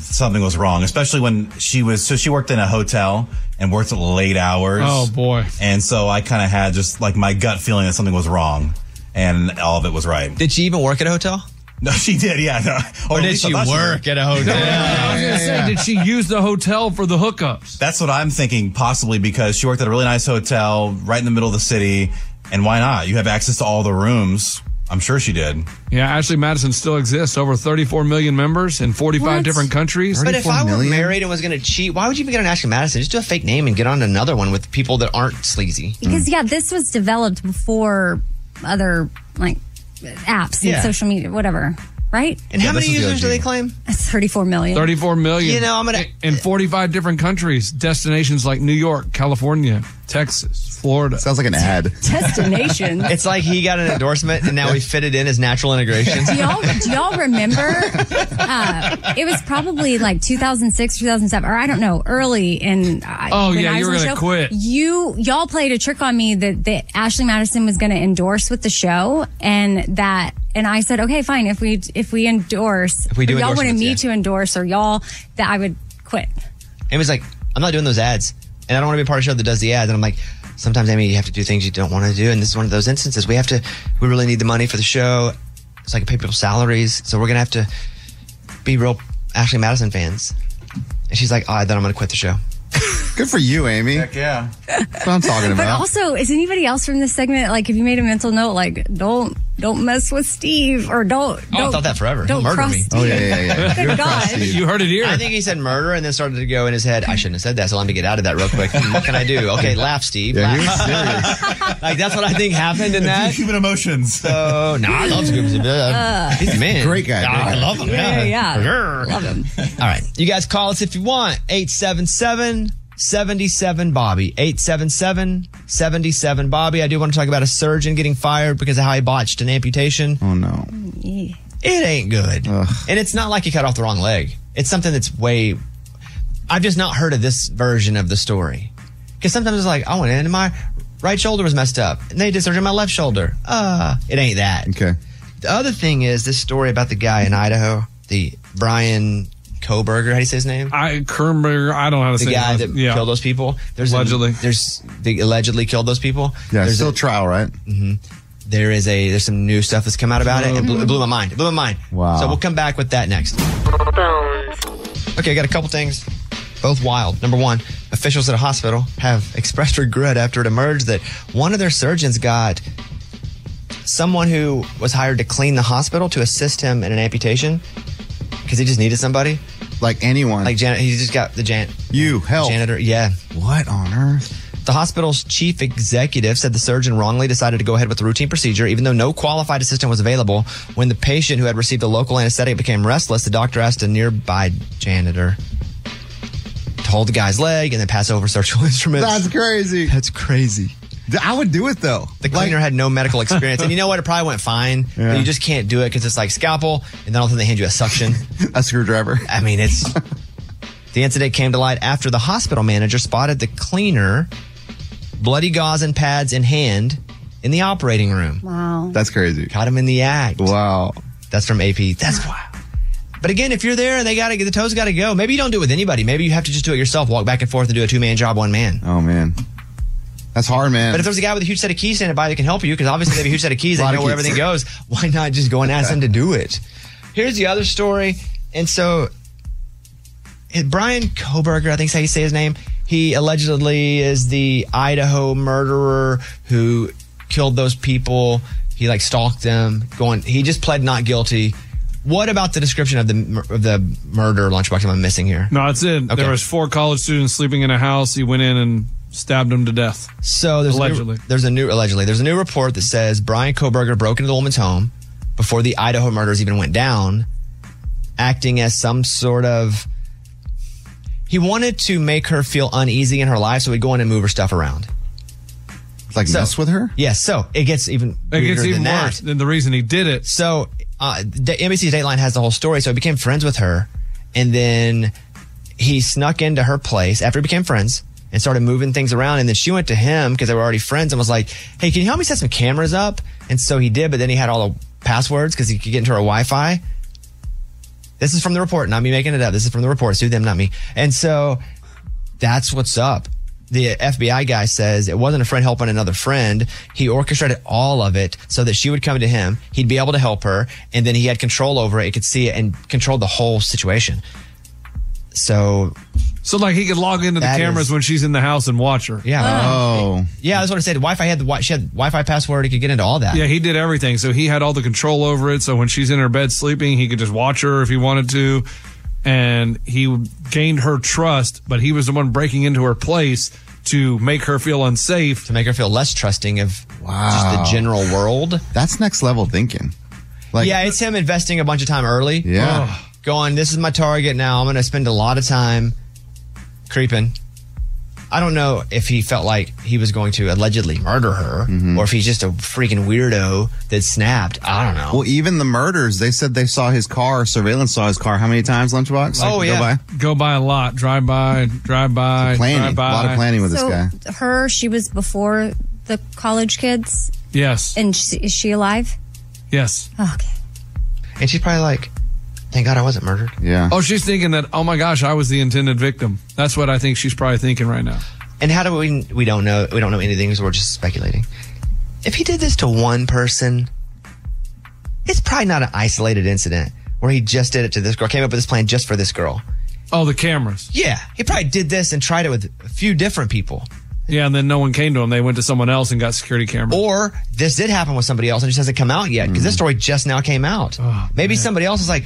something was wrong, especially when she was. So she worked in a hotel and worked late hours.
Oh, boy.
And so I kind of had just like my gut feeling that something was wrong, and all of it was right.
Did she even work at a hotel?
No, she did. Yeah. No.
Or
at
did
least I
she
thought
work
did.
at a hotel? No, I was gonna say, did she use the hotel for the hookups?
That's what I'm thinking, possibly because she worked at a really nice hotel right in the middle of the city. And why not? You have access to all the rooms. I'm sure she did.
Yeah, Ashley Madison still exists. Over 34 million members in 45
What?
different countries.
But if I were married and was going to cheat, why would you even get on Ashley Madison? Just do a fake name and get on another one with people that aren't sleazy.
Because yeah, this was developed before other like apps
Yeah.
and social media, whatever, right?
And how many users do they claim?
That's thirty-four million.
34 million.
You know, I'm gonna-
in 45 different countries, destinations like New York, California, Texas, Florida. Sounds
like an ad.
Destination.
It's like he got an endorsement and now we fit it in as natural integration.
do y'all do y'all remember? Uh, it was probably like 2006, 2007, or I don't know, early in. I-
Oh,
when
yeah, you
I was
were
on the
gonna
show,
quit.
You y'all played a trick on me that that Ashley Madison was going to endorse with the show, and that and I said, okay, fine, if we if we endorse,
If we do
or y'all wanted
endorsements,
me
yeah.
to endorse or y'all that I would quit.
Amy's like, I'm not doing those ads. And I don't want to be part of a show that does the ads. And I'm like, sometimes, Amy, you have to do things you don't want to do. And this is one of those instances. We have to, we really need the money for the show so I can pay people's salaries. So we're going to have to be real Ashley Madison fans. And she's like, all right, then I'm going to quit the show.
Good for you, Amy. Heck
yeah.
That's what I'm talking
But
about.
also, is anybody else from this segment like? If you made a mental note, like don't don't mess with Steve or don't.
Oh, I
don't-
thought that forever.
Don't
Murder
cross
me.
Oh,
Steve. Good God.
You heard it here.
I think he said murder and then started to go in his head, I shouldn't have said that, so let me get out of that real quick. Hmm, what can I do? Okay, laugh, Steve. laugh. like, that's what I think happened in that.
Human emotions.
So, no, I love Scoops.
Uh.
He's the man.
Great guy,
Nah,
great
I
guy.
love him.
Yeah, yeah.
For sure.
Love him.
All right. You guys call us if you want. 877 77 Bobby. 877 77 Bobby. I do want to talk about a surgeon getting fired because of how he botched an amputation.
Oh, no.
Yeah.
It ain't good. And it's not like he cut off the wrong leg. It's something that's way. I've just not heard of this version of the story. Because sometimes it's like, oh, and my right shoulder was messed up. And they did surgery on my left shoulder. Uh, it ain't that.
Okay.
The other thing is this story about the guy in Idaho, the Brian Koberger. How do you say his name?
I Kernberger, I don't know how to
the
say
guy
it.
that
Yeah.
killed those people. There's a-
Allegedly.
there's they allegedly killed those people.
Yeah,
there's
still
a-
trial, right?
Mhm. There is a there's some new stuff that's come out about it. It blew, it blew my mind. It blew my mind.
Wow.
So we'll come back with that next. Okay, I got a couple things. Both wild. Number one, officials at a hospital have expressed regret after it emerged that one of their surgeons got someone who was hired to clean the hospital to assist him in an amputation because he just needed somebody.
Like anyone.
Like Janet, he just got the Jan.
You, help.
Janitor, yeah.
What on earth?
The hospital's chief executive said the surgeon wrongly decided to go ahead with the routine procedure, even though no qualified assistant was available. When the patient who had received a local anesthetic became restless, the doctor asked a nearby janitor to hold the guy's leg and then pass over surgical instruments.
That's crazy. That's crazy. I would do it, though.
the cleaner had no medical experience, and you know what? It probably went fine.
Yeah.
But you just can't do it because it's like scalpel, and then all of a sudden they hand you a suction.
a screwdriver.
I mean, it's the incident came to light after the hospital manager spotted the cleaner, bloody gauze and pads in hand, in the operating room.
Wow.
That's crazy.
Caught him in the act.
Wow.
That's from AP. That's wild. But again, if you're there and they got to the toes got to go, maybe you don't do it with anybody. Maybe you have to just do it yourself. Walk back and forth and do a two man job, one man.
Oh, man. That's hard, man.
But if there's a guy with a huge set of keys standing by that can help you, because obviously they have a huge set of keys, they
Lot of
know where
keys.
everything goes. Why not just go and ask them to do it? Here's the other story. And so, eh, Brian Koberger, I think is how you say his name. He allegedly is the Idaho murderer who killed those people. He like stalked them. Going, he just pled not guilty. What about the description of the mur- of the murder lunchbox? Am I missing here?
No, that's it.
Okay.
There was four college students sleeping in a house. He went in and stabbed them to death.
So there's A
Allegedly.
new, there's a new allegedly there's a new report that says Brian Koberger broke into the woman's home before the Idaho murders even went down, acting as some sort of he wanted to make her feel uneasy in her life, so he'd go in and move her stuff around.
like
so-
mess with her?
Yes, so it gets even
It
weirder
gets even
than
worse
That.
than the reason he did it.
So uh, the NBC Dateline has the whole story. So he became friends with her, and then he snuck into her place after we became friends and started moving things around. And then she went to him because they were already friends and was like, Hey, can you help me set some cameras up? And so he did, but then he had all the passwords because he could get into her Wi Fi. This is from the report, not me making it up. This is from the report. Sue them, not me. And so that's what's up. The FBI guy says it wasn't a friend helping another friend. He orchestrated all of it so that she would come to him. He'd be able to help her. And then he had control over it. He could see it and controlled the whole situation. So
So like he could log into the
That
cameras
is-
when she's in the house and watch her.
Yeah. Uh,
Oh,
Yeah, that's what I said. Wi Fi had the Wi she had Wi Fi password, he could get into all that.
Yeah, he did everything. So he had all the control over it. So when she's in her bed sleeping, he could just watch her if he wanted to. And he gained her trust, but he was the one breaking into her place to make her feel unsafe. To
make her feel less trusting of
just
the general world.
That's next level thinking. Like-
yeah, it's him investing a bunch of time early.
Yeah.
Going, this is my target now. I'm going to spend a lot of time creeping. I don't know if he felt like he was going to allegedly murder her
Mm-hmm.
or if he's just a freaking weirdo that snapped. I don't know.
Well, even the murders, they said they saw his car, surveillance saw his car. How many times, Lunchbox?
Oh,
Like,
Go by?
Go by a lot. Drive by, drive by,
planning.
drive by.
A lot of planning with
so
this guy.
her, she was before the college kids,
Yes.
and she, is she alive? Oh,
Yes.
Okay.
And she's probably like, thank God I wasn't murdered.
Yeah.
Oh, she's thinking that, oh my gosh, I was the intended victim. That's what I think she's probably thinking right now.
And how do we, we don't know, we don't know anything, so we're just speculating. If he did this to one person, it's probably not an isolated incident where he just did it to this girl, came up with this plan just for this girl.
Oh, the cameras.
Yeah, he probably did this and tried it with a few different people.
Yeah, and then no one came to him. They went to someone else and got security cameras.
Or this did happen with somebody else and it just hasn't come out yet because this story just now came out. Maybe somebody else is like,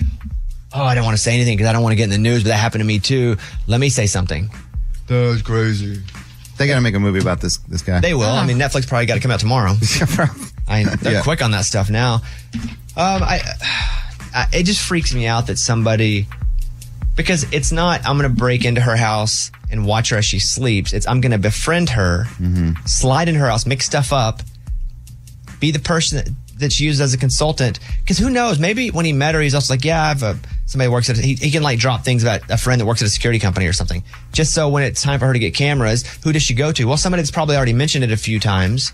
oh, I don't want to say anything because I don't want to get in the news, but that happened to me too. Let me say something.
That's crazy. They got to make a movie about this this guy.
They will. I mean, Netflix probably got to come out tomorrow. I, they're
Yeah.
quick on that stuff now. Um, I, I, it just freaks me out that somebody, because it's not, I'm going to break into her house and watch her as she sleeps. It's, I'm going to befriend her, slide in her house, mix stuff up, be the person that, that she used as a consultant. Because who knows? Maybe when he met her, he's also like, yeah, I have a, somebody works at, he, he can like drop things about a friend that works at a security company or something. Just so when it's time for her to get cameras, who does she go to? Well, somebody that's probably already mentioned it a few times.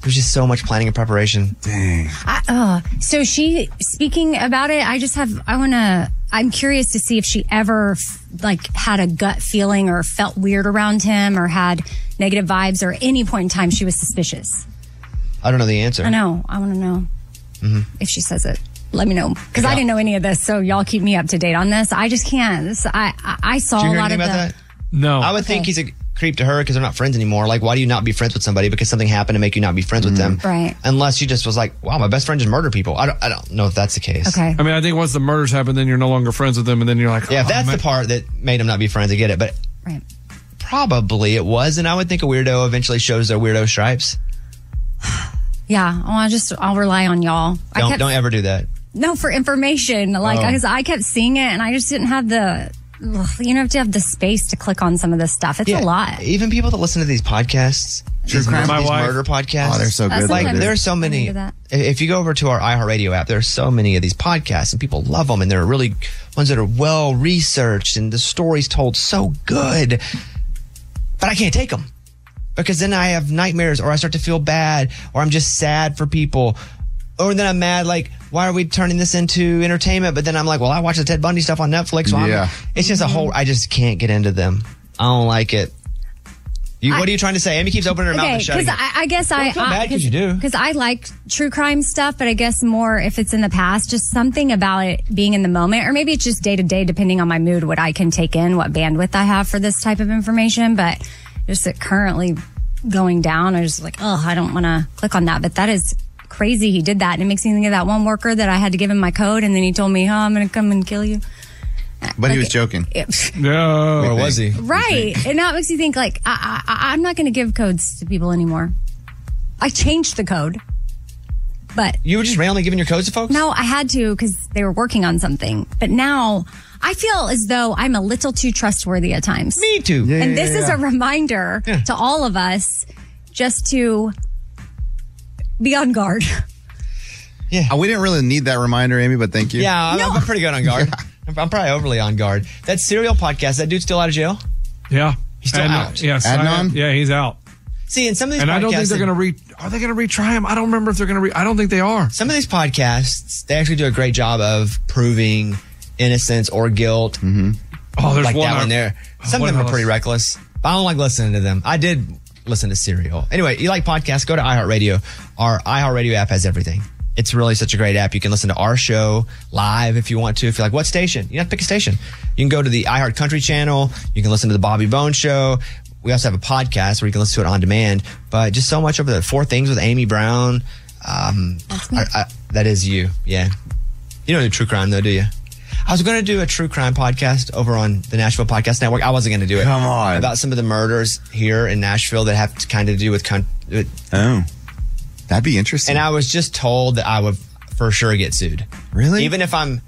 There's just so much planning and preparation. Dang.
I, uh, so she speaking about it. I just have. I want to. I'm curious to see if she ever f- like had a gut feeling or felt weird around him or had negative vibes or any point in time she was suspicious.
I don't know the answer.
I know. I want to know
Mhm.
if she says it. Let me know because I
Yeah.
didn't know any of this. So y'all keep me up to date on this. I just can't. This, I, I I saw
Did you
a
hear
lot of
anything
the.
about that?
No.
I would think he's a creep to her because they're not friends anymore. Like, why do you not be friends with somebody because something happened to make you not be friends with them?
Right.
Unless she just was like, wow, my best friend just murdered people. I don't, I don't know if that's the case.
Okay.
I mean, I think once the murders happen, then you're no longer friends with them, and then you're like,
Yeah,
"Oh,
if that's
man."
Um,
the part that made him not be friends, I get it. But
Right.
probably it was. And I would think a weirdo eventually shows their weirdo stripes.
Yeah. Oh, I just I'll rely on y'all. I
Don't,
kept
don't ever do that.
No, for information. Like,
Oh.
because I kept seeing it and I just didn't have the, ugh, you know, have to have the space to click on some of this stuff. It's a lot.
Even people that listen to these podcasts,
True
these,
crime.
mur-
My
these
wife.
murder podcasts.
Oh, they're so good,
Like
dude.
there are so
I'm
many.
into
i-
that.
If you go over to our iHeartRadio app, there are so many of these podcasts, and people love them, and they're really ones that are well researched, and the stories told so good. But I can't take them because then I have nightmares, or I start to feel bad, or I'm just sad for people. Or then I'm mad, like, why are we turning this into entertainment? But then I'm like, well, I watch the Ted Bundy stuff on Netflix. So
Yeah.
I'm, it's just a whole, I just can't get into them. I don't like it. You, what are you trying to say? Amy keeps opening her mouth
Okay,
and shutting
because
it.
I, I guess I
feel bad 'cause you do.
because I like true crime stuff, but I guess more if it's in the past, just something about it being in the moment, or maybe it's just day to day, depending on my mood, what I can take in, what bandwidth I have for this type of information. But just it currently going down, I just like, oh, I don't want to click on that. But that is crazy. He did that, and it makes me think of that one worker that I had to give him my code, and then he told me, oh, I'm going to come and kill you.
But he was joking.
No.
Or was he?
Right. And that makes you think like I, I, I- I'm not going to give codes to people anymore. I changed the code, but
you were just randomly giving your codes to folks.
no, I had to because they were working on something. But now I feel as though I'm a little too trustworthy at times.
Me too. Yeah,
and
yeah,
this
yeah,
is
yeah.
a reminder to all of us just to be on guard.
Yeah.
Uh, we didn't really need that reminder, Amy, but thank you.
Yeah, I'm, I'm pretty good on guard. I'm, I'm probably overly on guard. That serial podcast, that dude's still out of jail?
Yeah.
He's still
Adnan-
out.
yeah, so I- Adnan? yeah, he's out.
See, in some of these
And I don't think
podcasts-
they're going to re. Are they going to retry him? I don't remember if they're going to re. I don't think they are.
Some of these podcasts, they actually do a great job of proving innocence or guilt. Mm-hmm.
Oh, there's
like
one
that
I-
one there. Some
one
of them
I
are pretty
was-
reckless. But I don't like listening to them. I did listen to Serial. Anyway, you like podcasts? Go to iHeartRadio. Our iHeartRadio app has everything. It's really such a great app. You can listen to our show live if you want to. If you're like, what station? You don't have to pick a station. You can go to the iHeart Country channel. You can listen to the Bobby Bone Show. We also have a podcast where you can listen to it on demand. But just so much over there. Four Things with Amy Brown. Um, I, I, that is you. Yeah. You don't do true crime though, do you? I was going to do a true crime podcast over on the Nashville Podcast Network. I wasn't going to do it. Come on. About some of the murders here in Nashville that have to kind of do with. Con- with oh.
That'd be interesting.
And I was just told that I would for sure get sued. Really? Even if I'm,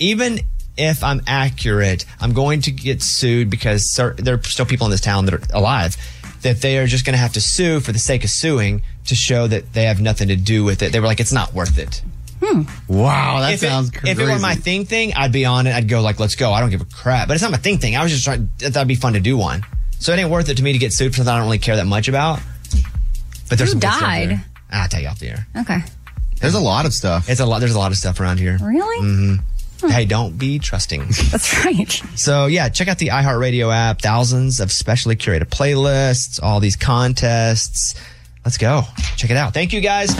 even if I'm accurate, I'm going to get sued because cer- there are still people in this town that are alive that they are just going to have to sue for the sake of suing to show that they have nothing to do with it. They were like, it's not worth it.
Wow, that
If it-
sounds crazy.
If it were my thing thing, I'd be on it. I'd go like, let's go. I don't give a crap. But it's not my thing thing. I was just trying. That'd be fun to do one. So it ain't worth it to me to get sued for something I don't really care that much about. But there's some
Who
good stuff
died?
there. I'll tell you off the air.
Okay.
There's a lot of stuff.
It's a lot. There's a lot of stuff around here.
Really?
hmm Hey, don't be trusting.
That's right.
So yeah, check out the iHeartRadio app. Thousands of specially curated playlists. All these contests. Let's go. Check it out. Thank you guys.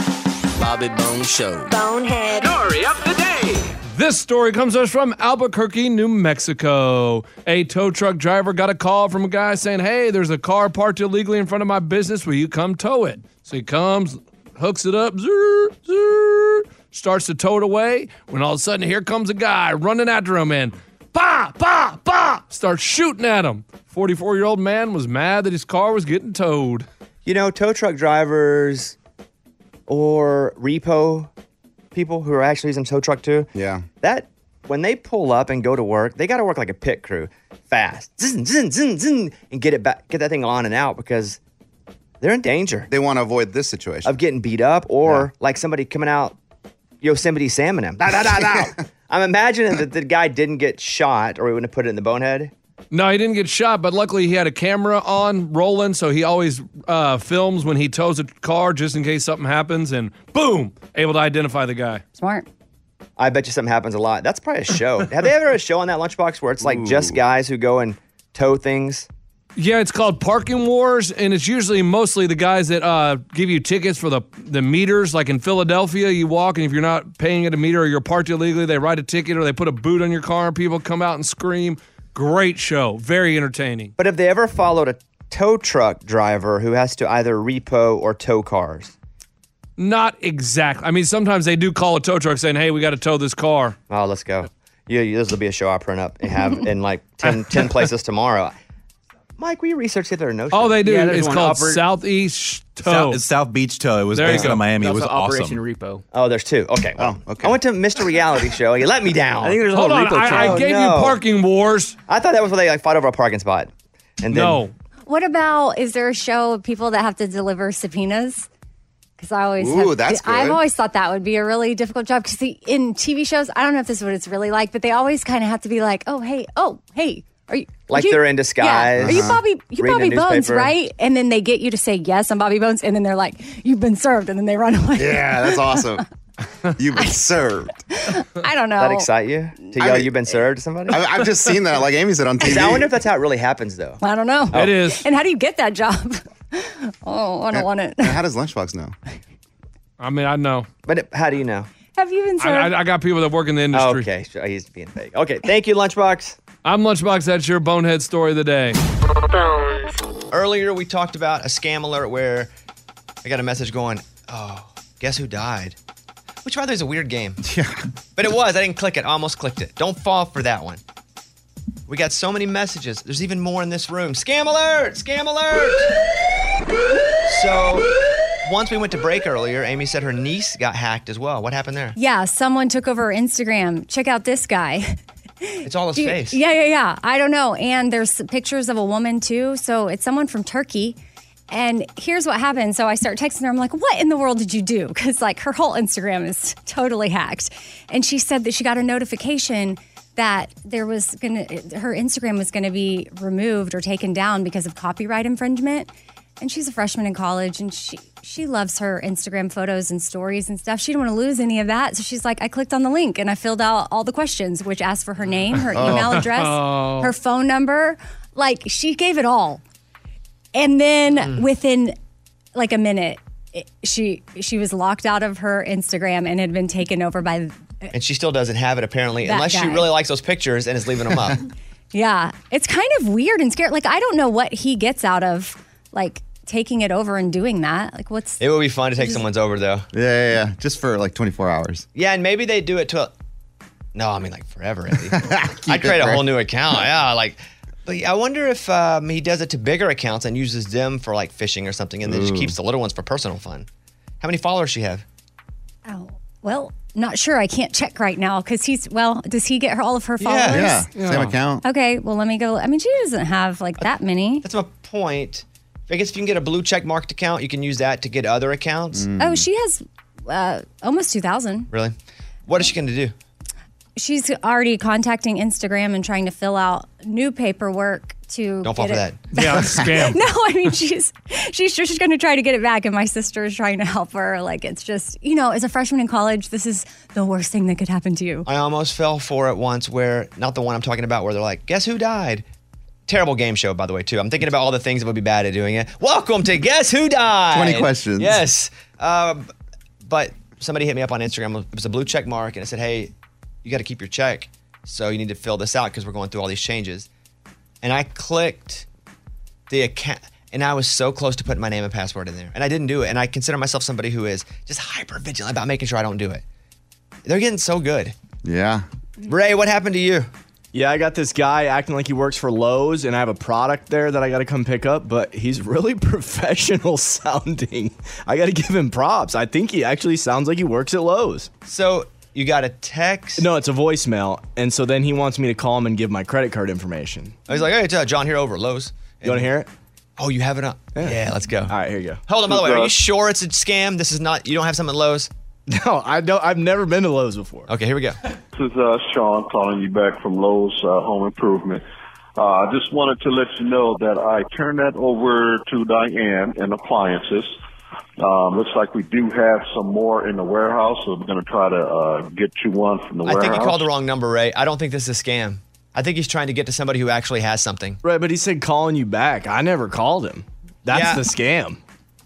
Bobby Bone Show.
Bonehead. Story of the day.
This story comes to us from Albuquerque, New Mexico. A tow truck driver got a call from a guy saying, Hey, there's a car parked illegally in front of my business. Will you come tow it? So he comes, hooks it up, zzz, zzz, starts to tow it away. When all of a sudden, here comes a guy running after him and bah, bah, bah, starts shooting at him. 44 year old man was mad that his car was getting towed.
You know, tow truck drivers or repo people who are actually using tow truck too.
Yeah.
That when they pull up and go to work, they got to work like a pit crew, fast, zin, zin, zin, zin, and get it back, get that thing on and out because they're in danger.
They want to avoid this situation
of getting beat up or like somebody coming out Yosemite salmon him. Da, da, da, da. I'm imagining that the guy didn't get shot, or we wouldn't have put it in the bonehead.
No, he didn't get shot, but luckily he had a camera on rolling, so he always uh, films when he tows a car just in case something happens, and boom, able to identify the guy.
Smart.
I bet you something happens a lot. That's probably a show. Have they ever had a show on that lunchbox where it's like just guys who go and tow things?
Yeah, it's called Parking Wars, and it's usually mostly the guys that uh, give you tickets for the the meters. Like in Philadelphia, you walk, and if you're not paying at a meter or you're parked illegally, they write a ticket or they put a boot on your car, and people come out and scream. Great show, very entertaining.
But have they ever followed a tow truck driver who has to either repo or tow cars?
Not exactly. I mean, sometimes they do call a tow truck saying, "Hey, we got to tow this car."
Oh, let's go. Yeah, yeah, this will be a show I print up and have in like 10, 10 places tomorrow. Mike, will you research if there are no
Oh, they do.
Yeah, there's
it's
one
called
upper-
Southeast Tow.
South- it's
South Beach Tow. It was
There you
based
go.
out of Miami.
That's
it was
what
awesome.
Operation
Repo.
Oh, there's two. Okay. Well, okay. I went to Mr. Reality Show. You let me down.
I think there's a
Hold
little
on.
repo
I,
tow.
I gave
No.
you
parking wars.
I thought that was where they like fought over a parking spot. And then, Oh.
no.
What about is there a show of people that have to deliver subpoenas? Because I always
Ooh,
have,
that's
I've
good.
always thought that would be a really difficult job because in TV shows I don't know if this is what it's really like, but they always kind of have to be like, oh hey, oh hey, are you
Like
you-
they're in disguise.
Yeah, are you
Uh-huh.
Bobby? You
Reading a
Bobby Bones,
newspaper.
right? And then they get you to say yes, I'm Bobby Bones, and then they're like, you've been served, and then they run away.
Yeah, that's awesome. You've been served.
I don't know.
that excite you? To
I
yell,
mean-
you've been served to somebody?
I- I've just seen that, like Amy said on TV.
I wonder if that's how it really happens, though.
I don't know.
It is.
And how do you get that job? oh, I don't want it.
How does Lunchbox know?
I mean, I know.
But it- how do you know?
Have you been
I,
served?
I, I got people that work in the industry.
Okay, so he's being fake. Okay, thank you, Lunchbox.
I'm Lunchbox. That's your bonehead story of the day.
Earlier,
we talked about a scam alert where I got a message going, oh, guess who died? Which, by the way, is a weird game.
Yeah.
But it was. I didn't click it. I almost clicked it. Don't fall for that one.
We got so many messages. There's even more in this room. Scam alert! Scam alert! So, once we went to break earlier, Amy said her niece got hacked as well. What happened there?
Yeah, someone took over Instagram. Check out this guy.
It's all his
Do you-
face.
Yeah, yeah, yeah. I don't know. And there's pictures of a woman too. So it's someone from Turkey. And here's what happened. So I start texting her. I'm like, what in the world did you do? Because like her whole Instagram is totally hacked. And she said that she got a notification that there was gonna her Instagram was gonna be removed or taken down because of copyright infringement. And she's a freshman in college, and she she loves her Instagram photos and stories and stuff. She didn't want to lose any of that, so she's like, I clicked on the link and I filled out all the questions, which asked for her name, her
Oh.
email address,
Oh.
her phone number. Like she gave it all, and then within like a minute, it, she she was locked out of her Instagram and had been taken over by
And she still doesn't have it apparently,
That
unless she
guy.
really likes those pictures and is leaving them up.
Yeah, it's kind of weird and scary. Like I don't know what he gets out of like taking it over and doing that. Like what's
it would be fun to take someone's over though.
Yeah, yeah, yeah. Just for like 24 hours.
Yeah, and maybe they do it to a. No, I mean like forever. Andy. I'd
it
create a
fresh.
whole new account. Yeah, like. But I wonder if um, he does it to bigger accounts and uses them for like phishing or something, and then just
Ooh.
keeps the little ones for personal fun. How many followers she have?
oh well not sure. I can't check right now because he's well. Does he get her, all of her followers?
Yeah, yeah. Same account.
Okay, well let me go. I mean she doesn't have like that
Uh,
many.
That's my point. I guess if you can get a blue check marked account, you can use that to get other accounts.
Mm.
Oh, she has uh, almost two thousand.
really? What is she going to do?
She's already contacting Instagram and trying to fill out new paperwork to
Don't fall
get
for
it-
that. Yeah, scam.
no, I mean she's she's just going to try to get it back, and my sister is trying to help her. Like it's just you know, as a freshman in college, this is the worst thing that could happen to you.
I almost fell for it once where, not the one I'm talking about, where they're like, guess who died? Terrible game show, by the way, too. I'm thinking about all the things that would be bad at doing it. Welcome to Guess Who Died?
20 questions.
Yes. Uh, b- but somebody hit me up on Instagram. It was a blue check mark, and it said, hey, you got to keep your check. So you need to fill this out because we're going through all these changes. And I clicked the account, and I was so close to putting my name and password in there. And I didn't do it. And I consider myself somebody who is just hyper vigilant about making sure I don't do it. They're getting so good.
Yeah.
Ray, what happened to you?
Yeah, I got this guy acting like he works for Lowe's, and I have a product there that I got to come pick up, but he's really professional sounding. I got to give him props. I think he actually sounds like he works at Lowe's.
So you got a text?
No, it's a voicemail. And so then he wants me to call him and give my credit card information.
I was like, hey, it's, uh, John here over at Lowe's.
You want to hear it?
Oh, you have it up? Yeah. let's go. All
right, here you go.
Hold on, by the way, are you sure it's a scam? This is not, you don't have something at Lowe's?
No, I don't. I've never been to Lowe's before.
Okay, here we go.
This is uh, Sean calling you back from Lowe's uh, Home Improvement. Uh, I just wanted to let you know that I turned that over to Diane and appliances. Um, looks like we do have some more in the warehouse, so we're going to try to uh, get you one from the
I
warehouse.
think you called the wrong number, Ray. I don't think this is a scam. I think he's trying to get to somebody who actually has something.
Right, but he said calling you back. I never called him. That's
Yeah.
the scam.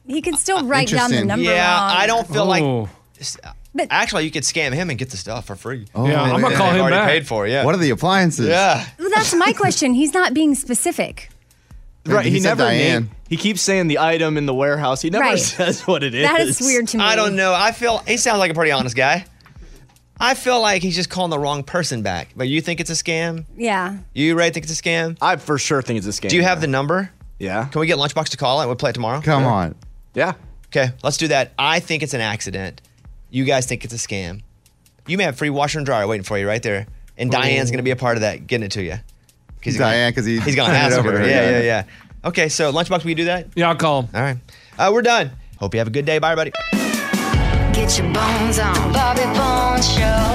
He can
Uh,
still write down the number.
Yeah,
wrong.
I don't feel
Oh.
like. actually, you could scam him and get the stuff for free.
Yeah, I'm gonna
They've
call him
already
back.
Paid for, yeah.
Oh. What are the appliances?
Yeah.
Well, that's my question. He's not being specific.
Right,
He
he,
said
never
Diane.
named- he keeps saying the item in the warehouse. He never
Right.
says what it is.
I don't know. I feel he sounds like a pretty honest guy. I feel like he's just calling the wrong person back. But you think it's a scam?
Yeah.
You, Ray, think it's a scam?
I for sure think it's a scam.
Do you have the number?
Yeah.
Can we get Lunchbox to call it? We'll play it tomorrow.
Come on.
Yeah.
Okay, let's do that. I think it's an accident. You guys think it's a scam. You may have free washer and dryer waiting for you right there. And Diane's
Ooh.
going to be a part of that, getting it to you. 'Cause he's
Oh. Diane, because he
He's going to
turned it
ask
over to her.
Yeah, yeah, yeah. Okay, so Lunchbox, will you do that?
Yeah, I'll call him.
All right. Uh, we're done. Hope you have a good day. Bye, everybody.
Get your bones on. Bobby Bones Show.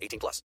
18 plus.